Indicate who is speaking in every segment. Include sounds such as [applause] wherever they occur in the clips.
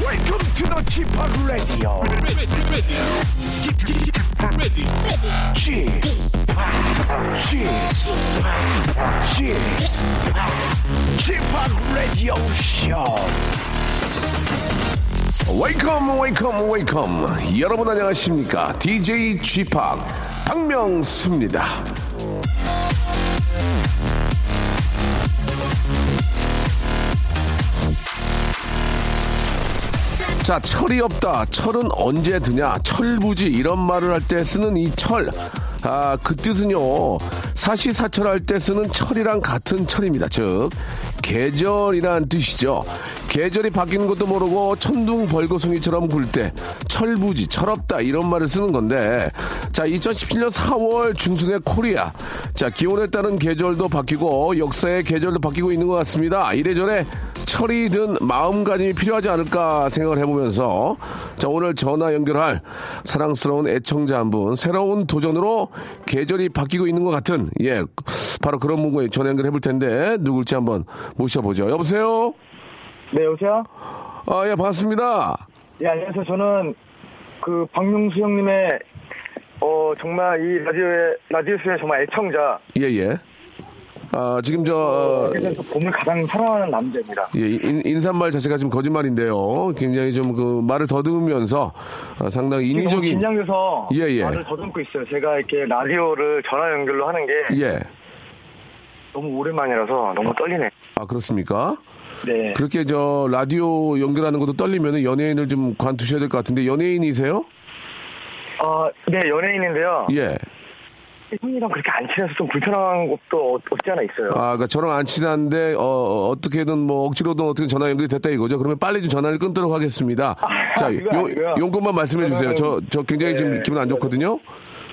Speaker 1: Welcome to the Chip Radio. Chip Chip Chip Radio Show. Welcome, welcome, welcome. 여러분 안녕하십니까? DJ Chip 박명수입니다. 자, 철이 없다. 철은 언제 드냐. 철부지. 이런 말을 할 때 쓰는 이 철. 아, 그 뜻은요. 사시사철할 때 쓰는 철이랑 같은 철입니다. 즉, 계절이란 뜻이죠. 계절이 바뀌는 것도 모르고 천둥 벌거숭이처럼 굴 때 철부지, 철없다 이런 말을 쓰는 건데 자, 2017년 4월 중순에 코리아 자, 기온에 따른 계절도 바뀌고 역사의 계절도 바뀌고 있는 것 같습니다. 이래저래 철이 든 마음가짐이 필요하지 않을까 생각을 해보면서 자 오늘 전화 연결할 사랑스러운 애청자 한 분 새로운 도전으로 계절이 바뀌고 있는 것 같은 예 바로 그런 분과 전화 연결해 볼 텐데 누굴지 한번 모셔보죠 여보세요
Speaker 2: 네, 여보세요?
Speaker 1: 아 예 반갑습니다
Speaker 2: 예, 안녕하세요. 저는 그 박명수 형님의 어 정말 이 라디오에 라디오스의 정말 애청자.
Speaker 1: 예예 아 지금 저 어,
Speaker 2: 세상에서 봄을 가장 사랑하는 남자입니다.
Speaker 1: 예, 인, 인사말 자체가 지금 거짓말인데요. 굉장히 좀 그 말을 더듬으면서 아, 상당히
Speaker 2: 지금 너무
Speaker 1: 인위적인
Speaker 2: 긴장돼서
Speaker 1: 예, 예.
Speaker 2: 말을 더듬고 있어요. 제가 이렇게 라디오를 전화 연결로 하는 게
Speaker 1: 예.
Speaker 2: 너무 오랜만이라서 너무 떨리네.
Speaker 1: 아 그렇습니까?
Speaker 2: 네.
Speaker 1: 그렇게 저 라디오 연결하는 것도 떨리면 연예인을 좀 관두셔야 될 것 같은데 연예인이세요?
Speaker 2: 어, 네, 연예인인데요.
Speaker 1: 예.
Speaker 2: 형이랑 그렇게 안 친해서 좀 불편한 것도 없- 없지 않아 있어요.
Speaker 1: 아, 그러니까 저랑 안 친한데 어, 어, 어떻게든 뭐 억지로든 어떻게 전화 연결이 됐다 이거죠. 그러면 빨리 좀 전화를 끊도록 하겠습니다. [laughs] 자,
Speaker 2: 그거 아니고요.
Speaker 1: 용, 용건만 말씀해 주세요.
Speaker 2: 저는-
Speaker 1: 저 저 굉장히 지금
Speaker 2: 네.
Speaker 1: 기분 안 좋거든요.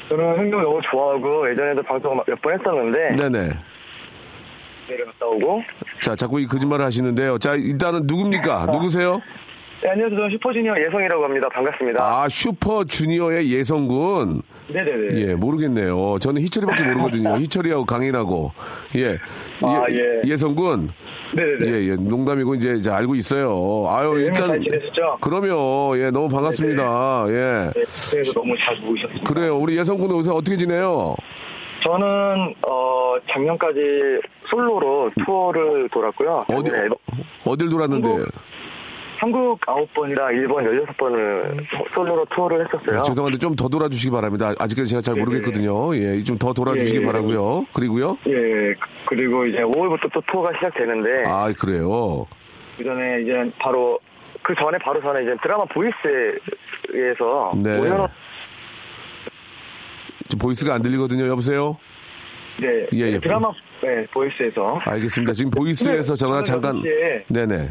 Speaker 2: 저는 형님 너무 좋아하고 예전에도 방송 몇 번 했었는데
Speaker 1: 네, 네.
Speaker 2: 내려갔다 오고
Speaker 1: 자, 자꾸 이 거짓말을 하시는데요. 자, 일단은
Speaker 2: 아,
Speaker 1: 누굽니까? 누구세요?
Speaker 2: 네, 안녕하세요. 저는 슈퍼주니어 예성이라고 합니다. 반갑습니다.
Speaker 1: 아, 슈퍼 주니어의 예성군.
Speaker 2: 네네네.
Speaker 1: 예, 모르겠네요. 저는 희철이밖에
Speaker 2: [laughs]
Speaker 1: 모르거든요. 희철이하고 강인하고. 예.
Speaker 2: 아, 예.
Speaker 1: 예성군.
Speaker 2: 네네네.
Speaker 1: 예, 예, 농담이고 이제, 이제 알고 있어요. 아유,
Speaker 2: 네,
Speaker 1: 일단
Speaker 2: 잘 지내셨죠?
Speaker 1: 그럼요. 예, 너무 반갑습니다. 예.
Speaker 2: 네, 그래서 너무 잘 보셨습니다.
Speaker 1: 그래요. 우리 예성군은 요새 어떻게 지내요?
Speaker 2: 저는 어 작년까지 솔로로 투어를 돌았고요.
Speaker 1: 어디
Speaker 2: 작년에 앨범-
Speaker 1: 어딜 돌았는데?
Speaker 2: 한국- 한국 9번이랑 일본 16번을 솔로로 투어를 했었어요.
Speaker 1: 아, 죄송한데 좀 더 돌아주시기 바랍니다. 아직까지 제가 잘
Speaker 2: 네,
Speaker 1: 모르겠거든요. 예, 좀 더 돌아주시기
Speaker 2: 네, 네.
Speaker 1: 바라고요. 그리고요.
Speaker 2: 예, 그리고 이제 5월부터 또 투어가 시작되는데
Speaker 1: 아, 그래요.
Speaker 2: 그 전에 이제 바로 그 전에 바로 전에 이제 드라마 보이스에서
Speaker 1: 네.
Speaker 2: 오연호
Speaker 1: 좀 보이스가 안 들리거든요. 여보세요.
Speaker 2: 네,
Speaker 1: 예, 아. 예.
Speaker 2: 드라마 네, 보이스에서
Speaker 1: 알겠습니다. 지금 보이스에서
Speaker 2: 네,
Speaker 1: 전화
Speaker 2: 저는
Speaker 1: 잠깐.
Speaker 2: 여섯 시에-
Speaker 1: 네네.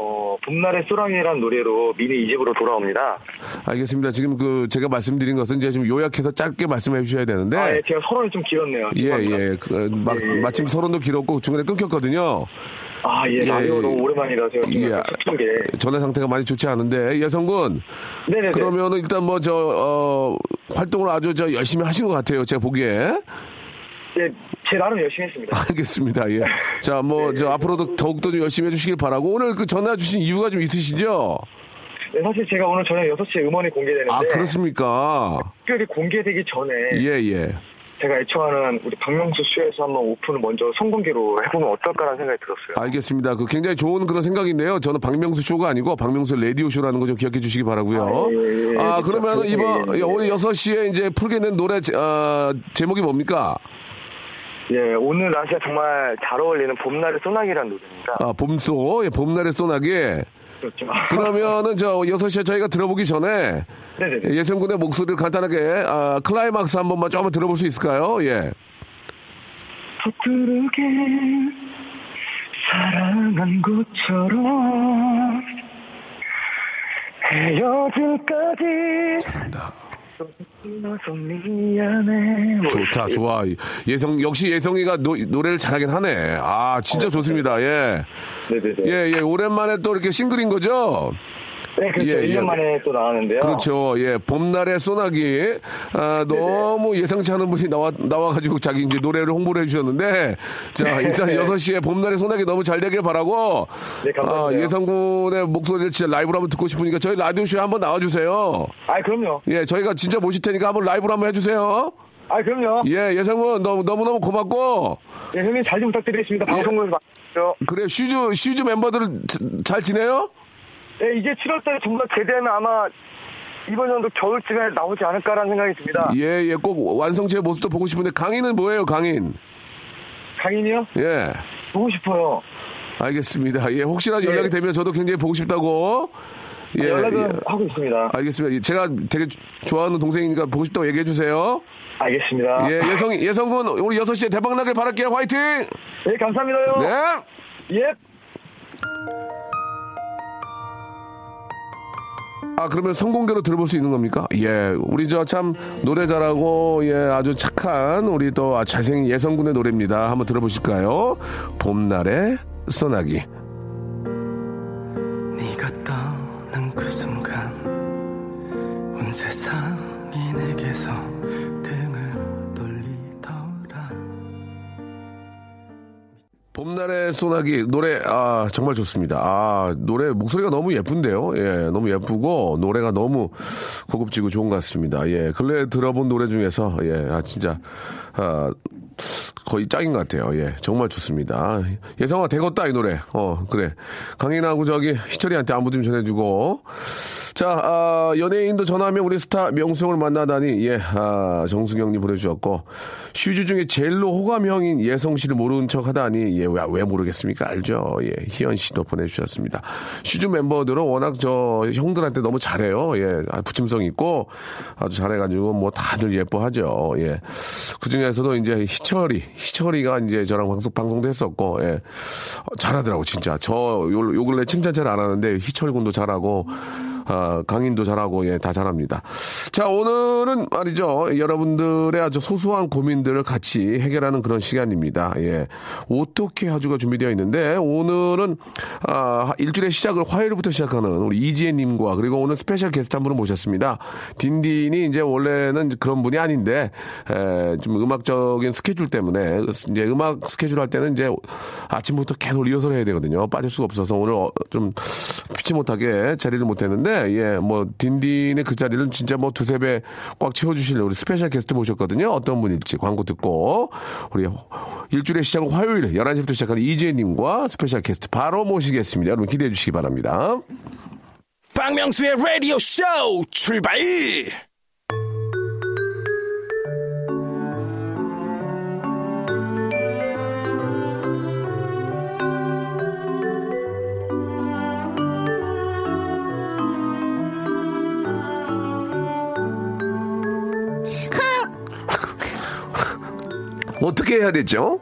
Speaker 2: 어, 봄날의 소랑이라는 노래로 미니 이집으로 돌아옵니다.
Speaker 1: 알겠습니다. 지금 그 제가 말씀드린 것은 이제 좀 요약해서 짧게 말씀해 주셔야 되는데.
Speaker 2: 아, 예, 제가 서론이 좀 길었네요.
Speaker 1: 네. 예,
Speaker 2: 죄송합니다.
Speaker 1: 예. 그, 마,
Speaker 2: 예, 예.
Speaker 1: 마침 서론도 길었고 중간에 끊겼거든요.
Speaker 2: 아, 예, 라디오
Speaker 1: 예,
Speaker 2: 너무 오랜만이라 제가 좀
Speaker 1: 예.
Speaker 2: 약간 슬픈 게.
Speaker 1: 전화 상태가 많이 좋지 않은데 예성군
Speaker 2: 네네네.
Speaker 1: 그러면은 일단 뭐 저 어 활동을 아주 저 열심히 하신 것 같아요. 제가 보기에 [laughs]
Speaker 2: 예, 제 나름 열심히 했습니다.
Speaker 1: 알겠습니다. 예. 자, 뭐
Speaker 2: 네,
Speaker 1: 저 앞으로도 더욱더 좀 열심히 해주시길 바라고 오늘 그 전화 주신 이유가 좀 있으시죠?
Speaker 2: 네, 사실 제가 오늘 저녁 6시에 음원이 공개되는데.
Speaker 1: 아 그렇습니까?
Speaker 2: 특별히 공개되기 전에
Speaker 1: 예, 예.
Speaker 2: 제가 애청하는 우리 박명수 쇼에서 한번 오픈을 먼저 성공개로 해보면 어떨까라는 생각이 들었어요.
Speaker 1: 알겠습니다. 그 굉장히 좋은 그런 생각인데요. 저는 박명수 쇼가 아니고 박명수 라디오 쇼라는 거 좀 기억해 주시기 바라고요.
Speaker 2: 아, 예, 예,
Speaker 1: 아,
Speaker 2: 예,
Speaker 1: 그러면
Speaker 2: 예,
Speaker 1: 이번
Speaker 2: 예, 예.
Speaker 1: 오늘 6시에 이제 풀게 된 노래 제, 아, 제목이 뭡니까?
Speaker 2: 예, 오늘 날씨가 정말 잘 어울리는 봄날의 소나기라는 노래입니다.
Speaker 1: 아, 봄소. 예, 봄날의 소나기.
Speaker 2: 그렇죠.
Speaker 1: 그러면은 저 6시에 저희가 들어보기 전에
Speaker 2: 네네네.
Speaker 1: 예성군의 목소리를 간단하게 아, 클라이막스 한 번만 조금 들어볼 수 있을까요? 예.
Speaker 2: 서투르게 사랑한 것처럼 헤어질까지
Speaker 1: 잘한다.
Speaker 2: 네, 나서 미안해 뭐
Speaker 1: 좋다, 좋아. 예성, 역시 예성이가 노, 노래를 잘하긴 하네. 아, 진짜 좋습니다. 예.
Speaker 2: 네네네.
Speaker 1: 예, 예. 오랜만에 또 이렇게 싱글인 거죠?
Speaker 2: 네, 그렇죠.
Speaker 1: 예,
Speaker 2: 1년
Speaker 1: 예.
Speaker 2: 만에 또 나왔는데요.
Speaker 1: 그렇죠. 예, 봄날의 소나기. 아, 너무 예상치 않은 분이 나와, 나와가지고 자기 이제 노래를 홍보를 해주셨는데, 자, 일단 6시에 봄날의 소나기 너무 잘 되길 바라고,
Speaker 2: 네, 감사합니다.
Speaker 1: 아, 예상군의 목소리를 진짜 라이브로 한번 듣고 싶으니까 저희 라디오쇼에 한번 나와주세요.
Speaker 2: 아, 그럼요.
Speaker 1: 예, 저희가 진짜 모실 테니까 한번 라이브로 한번 해주세요.
Speaker 2: 아, 그럼요.
Speaker 1: 예, 예상군 너무, 너무너무 고맙고,
Speaker 2: 예, 형님 잘 좀 부탁드리겠습니다.
Speaker 1: 예.
Speaker 2: 방송국에서 만나요.
Speaker 1: 그래, 슈즈, 슈즈 멤버들 잘 지내요?
Speaker 2: 예, 이제 7월달에 정말 제대하면 아마 이번 연도 겨울쯤에 나오지 않을까라는 생각이 듭니다.
Speaker 1: 예, 예, 꼭 완성체의 모습도 보고 싶은데, 강인은 뭐예요, 강인?
Speaker 2: 강인이요?
Speaker 1: 예.
Speaker 2: 보고 싶어요.
Speaker 1: 알겠습니다. 예, 혹시라도
Speaker 2: 예.
Speaker 1: 연락이 되면 저도 굉장히 보고 싶다고. 예,
Speaker 2: 아, 연락은
Speaker 1: 예.
Speaker 2: 하고 있습니다.
Speaker 1: 알겠습니다. 예, 제가 되게 주- 좋아하는 동생이니까 보고 싶다고 얘기해 주세요.
Speaker 2: 알겠습니다.
Speaker 1: 예, 예성, 예성군, 우리 6시에 대박 나길 바랄게요. 화이팅!
Speaker 2: 예, 감사합니다요.
Speaker 1: 네!
Speaker 2: 예.
Speaker 1: 아, 그러면 성공개로 들어볼 수 있는 겁니까? 예, 우리 저 참 노래 잘하고, 예, 아주 착한 우리 또 아, 잘생긴 예성군의 노래입니다. 한번 들어보실까요? 봄날의 소나기.
Speaker 3: 네가 떠난 그 순간 온 세상이 내게서 등을 돌리더라
Speaker 1: 봄날의 소나기 노래 아 정말 좋습니다. 아 노래 목소리가 너무 예쁜데요. 예, 너무 예쁘고 노래가 너무 고급지고 좋은 것 같습니다. 예, 근래 들어본 노래 중에서 예, 아 진짜 아 거의 짱인 것 같아요. 예, 정말 좋습니다. 예성아 되겠다 이 노래. 어 그래 강인하고 저기 희철이한테 안부 좀 전해주고 자, 아, 연예인도 전화하면 우리 스타 명수형을 만나다니, 예, 아, 정수경님 보내주셨고, 슈즈 중에 제일로 호감형인 예성 씨를 모르는 척 하다니, 예, 왜, 왜 모르겠습니까? 알죠? 예, 희연 씨도 보내주셨습니다. 슈즈 멤버들은 워낙 저 형들한테 너무 잘해요. 예, 아, 부침성 있고, 아주 잘해가지고, 뭐 다들 예뻐하죠. 예. 그 중에서도 이제 희철이, 희철이가 이제 저랑 방송, 방송도 했었고, 예. 어, 잘하더라고, 진짜. 저, 요, 요 근래 칭찬 잘 안 하는데, 희철 군도 잘하고, 아, 강인도 잘하고 예 다 잘합니다. 자 오늘은 말이죠 여러분들의 아주 소소한 고민들을 같이 해결하는 그런 시간입니다. 예 어떻게 하주가 준비되어 있는데 오늘은 아, 일주일의 시작을 화요일부터 시작하는 우리 이지혜님과 그리고 오늘 스페셜 게스트 한 분을 모셨습니다. 딘딘이 이제 원래는 그런 분이 아닌데 에, 좀 음악적인 스케줄 때문에 이제 음악 스케줄 할 때는 이제 아침부터 계속 리허설 해야 되거든요. 빠질 수가 없어서 오늘 어, 좀 피치 못하게 자리를 못했는데 예뭐 딘딘의 그 자리를 진짜 뭐 두세 배 꽉 채워주실 우리 스페셜 게스트 모셨거든요. 어떤 분일지 광고 듣고 우리 일주일의 시작은 화요일 11시부터 시작하는 이지혜님과 스페셜 게스트 바로 모시겠습니다. 여러분 기대해 주시기 바랍니다.
Speaker 4: 박명수의 라디오 쇼 출발!
Speaker 1: 어떻게 해야 되죠?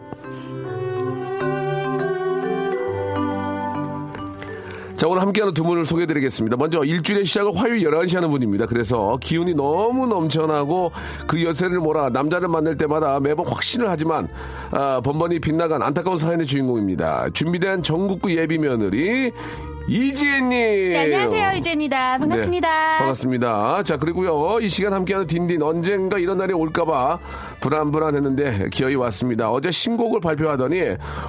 Speaker 1: 자, 오늘 함께하는 두 분을 소개해드리겠습니다. 먼저 일주일의 시작을 화요일 11시 하는 분입니다. 그래서 기운이 너무 넘쳐나고 그 여세를 몰아 남자를 만날 때마다 매번 확신을 하지만 아, 번번이 빗나간 안타까운 사연의 주인공입니다. 준비된 전국구 예비 며느리 이지혜님.
Speaker 5: 네, 안녕하세요 이재입니다.
Speaker 1: 네,
Speaker 5: 반갑습니다.
Speaker 1: 반갑습니다. 자, 그리고요. 이 시간 함께하는 딘딘 언젠가 이런 날이 올까봐 불안불안했는데 기어이 왔습니다. 어제 신곡을 발표하더니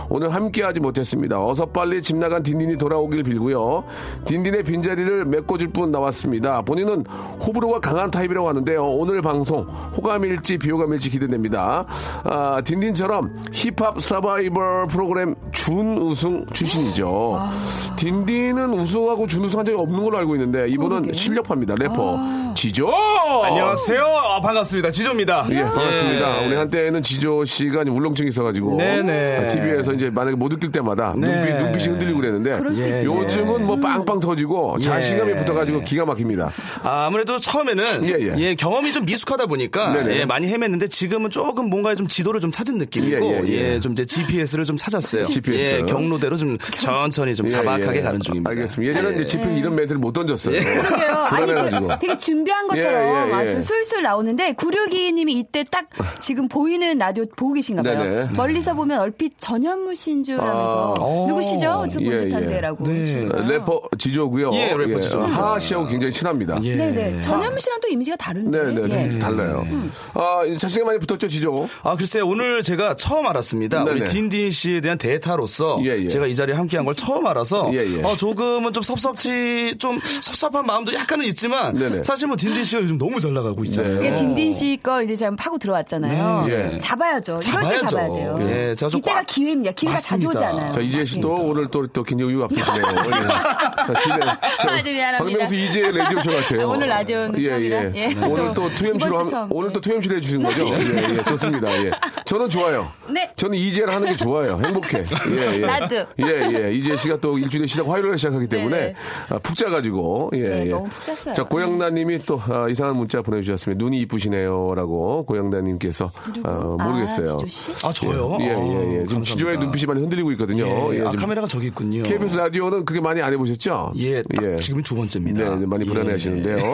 Speaker 1: 오늘 함께하지 못했습니다. 어서 빨리 집 나간 딘딘이 돌아오길 빌고요. 딘딘의 빈자리를 메꿔줄 분 나왔습니다. 본인은 호불호가 강한 타입이라고 하는데요. 오늘 방송 호감일지 비호감일지 기대됩니다. 아,
Speaker 5: 아.
Speaker 1: 딘딘처럼 힙합 서바이벌 프로그램 준우승 출신이죠. 딘딘 본인은 우승하고 준우승 한 적이 없는 걸로 알고 있는데 이분은
Speaker 5: 그러게. 아.
Speaker 1: 실력파입니다. 래퍼 지조.
Speaker 6: 안녕하세요. 아, 반갑습니다. 지조입니다.
Speaker 1: 예, 반갑습니다. 우리 한때는 지조 씨가 울렁증이 있어가지고
Speaker 6: 네네.
Speaker 1: TV에서 이제 만약에 못 웃길 때마다
Speaker 6: 네. 예,
Speaker 1: 눈빛, 눈빛이 흔들리고 그랬는데
Speaker 5: 그럴 수 있죠.
Speaker 1: 요즘은 뭐 빵빵 터지고 자신감이 붙어가지고 기가 막힙니다.
Speaker 6: 아, 무래도 처음에는
Speaker 1: 예,
Speaker 6: 예,
Speaker 1: 예.
Speaker 6: 경험이 좀 미숙하다 보니까
Speaker 1: 네네.
Speaker 6: 예, 많이 헤맸는데 지금은 조금 뭔가 좀 지도를 좀 찾은
Speaker 1: 예,
Speaker 6: 느낌이고
Speaker 1: 예,
Speaker 6: 예,
Speaker 1: 예.
Speaker 6: 좀 제 GPS를
Speaker 1: [laughs]
Speaker 6: 좀 찾았어요.
Speaker 1: GPS.
Speaker 6: 예, 경로대로 좀 천천히 좀 자박하게
Speaker 1: 예, 예.
Speaker 6: 가는 중입니다.
Speaker 1: 알겠습니다. 예전에 이제 집에 이런 멘트를 못 던졌어요.
Speaker 5: 예. 그러게요. 아니,
Speaker 1: 불안해가지고.
Speaker 5: 그, 되게 준비한 것처럼
Speaker 1: 예, 예, 예.
Speaker 5: 아주 술술 나오는데, 9622님이 이때 딱 지금 보이는 라디오 보고 계신가 봐요.
Speaker 1: 네네.
Speaker 5: 멀리서 보면 얼핏 전현무 씨인 줄 알면서, 어.
Speaker 6: 아.
Speaker 5: 누구시죠? 네. 저
Speaker 1: 예, 예.
Speaker 5: 본듯한데라고.
Speaker 1: 래퍼 지조고요.
Speaker 6: 네. 예, 래퍼 지조.
Speaker 1: 하하 씨하고 굉장히 친합니다.
Speaker 6: 예.
Speaker 5: 네네. 전현무 씨랑 또 이미지가 다른데.
Speaker 1: 네, 네, 좀
Speaker 5: 예.
Speaker 1: 달라요. 아, 이제 자신감 많이 붙었죠, 지조?
Speaker 6: 아, 글쎄요. 오늘 제가 처음 알았습니다.
Speaker 1: 네네.
Speaker 6: 우리 딘딘 씨에 대한 데이터로서
Speaker 1: 예, 예.
Speaker 6: 제가 이 자리에 함께한 걸 처음 알아서
Speaker 1: 예, 예.
Speaker 6: 어, 조금은 좀 섭섭치, 좀 섭섭한 마음도 약간은 있지만
Speaker 1: 네네.
Speaker 6: 사실 뭐 딘딘 씨가 요즘 너무 잘 나가고 있잖아요.
Speaker 5: 이게 예, 딘딘 씨 거 이제 지금 파고 들어왔잖아요.
Speaker 1: 네. 예.
Speaker 5: 잡아야죠. 이럴 때
Speaker 6: 잡아야죠.
Speaker 5: 잡아야 돼요.
Speaker 6: 예, 제가 좀
Speaker 5: 이때가
Speaker 6: 꽉-
Speaker 5: 기회입니다. 기회가
Speaker 6: 맞습니다.
Speaker 5: 자주 오잖아요.
Speaker 1: 자, 이재 씨도 오늘 또, 또 굉장히 의욕
Speaker 5: [laughs]
Speaker 1: 아프시네요. 예. 집에- 저-
Speaker 5: 아주 미안합니다.
Speaker 1: 박명수 이재 라디오쇼 같아요.
Speaker 5: 오늘 라디오는 처음이라. 예.
Speaker 1: 오늘 또
Speaker 5: 또 이번 네.
Speaker 1: 2MC로,
Speaker 5: 주 처음.
Speaker 1: 오늘 또 2MC로 해주신 거죠? 예, 예, 좋습니다. 예. 저는 좋아요.
Speaker 5: 네.
Speaker 1: 저는 이재를 하는 게 좋아요. 행복해. 예, 예.
Speaker 5: 나도.
Speaker 1: 예, 예. 이재 씨가 또 일주일에 시작, 화요일에 시작하기 때문에
Speaker 5: 네네.
Speaker 1: 아, 푹 자가지고. 예,
Speaker 5: 네,
Speaker 1: 예.
Speaker 5: 너무 푹 잤어요.
Speaker 1: 자, 고양나님이 또 아, 이상한 문자 보내주셨습니다. 눈이 이쁘시네요. 라고 고양나님께서. 아,
Speaker 6: 뭐
Speaker 1: 모르겠어요.
Speaker 5: 아, 지조 씨?
Speaker 6: 아, 저요?
Speaker 1: 예, 예, 예. 지금
Speaker 6: 아, 감사합니다.
Speaker 1: 지조의 눈빛이 많이 흔들리고 있거든요.
Speaker 6: 예,
Speaker 1: 예,
Speaker 6: 아,
Speaker 1: 지금
Speaker 6: 카메라가 저기 있군요.
Speaker 1: KBS 라디오는 그게 많이 안 해보셨죠?
Speaker 6: 예, 딱 지금이 두 번째입니다.
Speaker 1: 네, 이제 많이
Speaker 6: 예.
Speaker 1: 불안해
Speaker 6: [laughs]
Speaker 1: 하시는데요.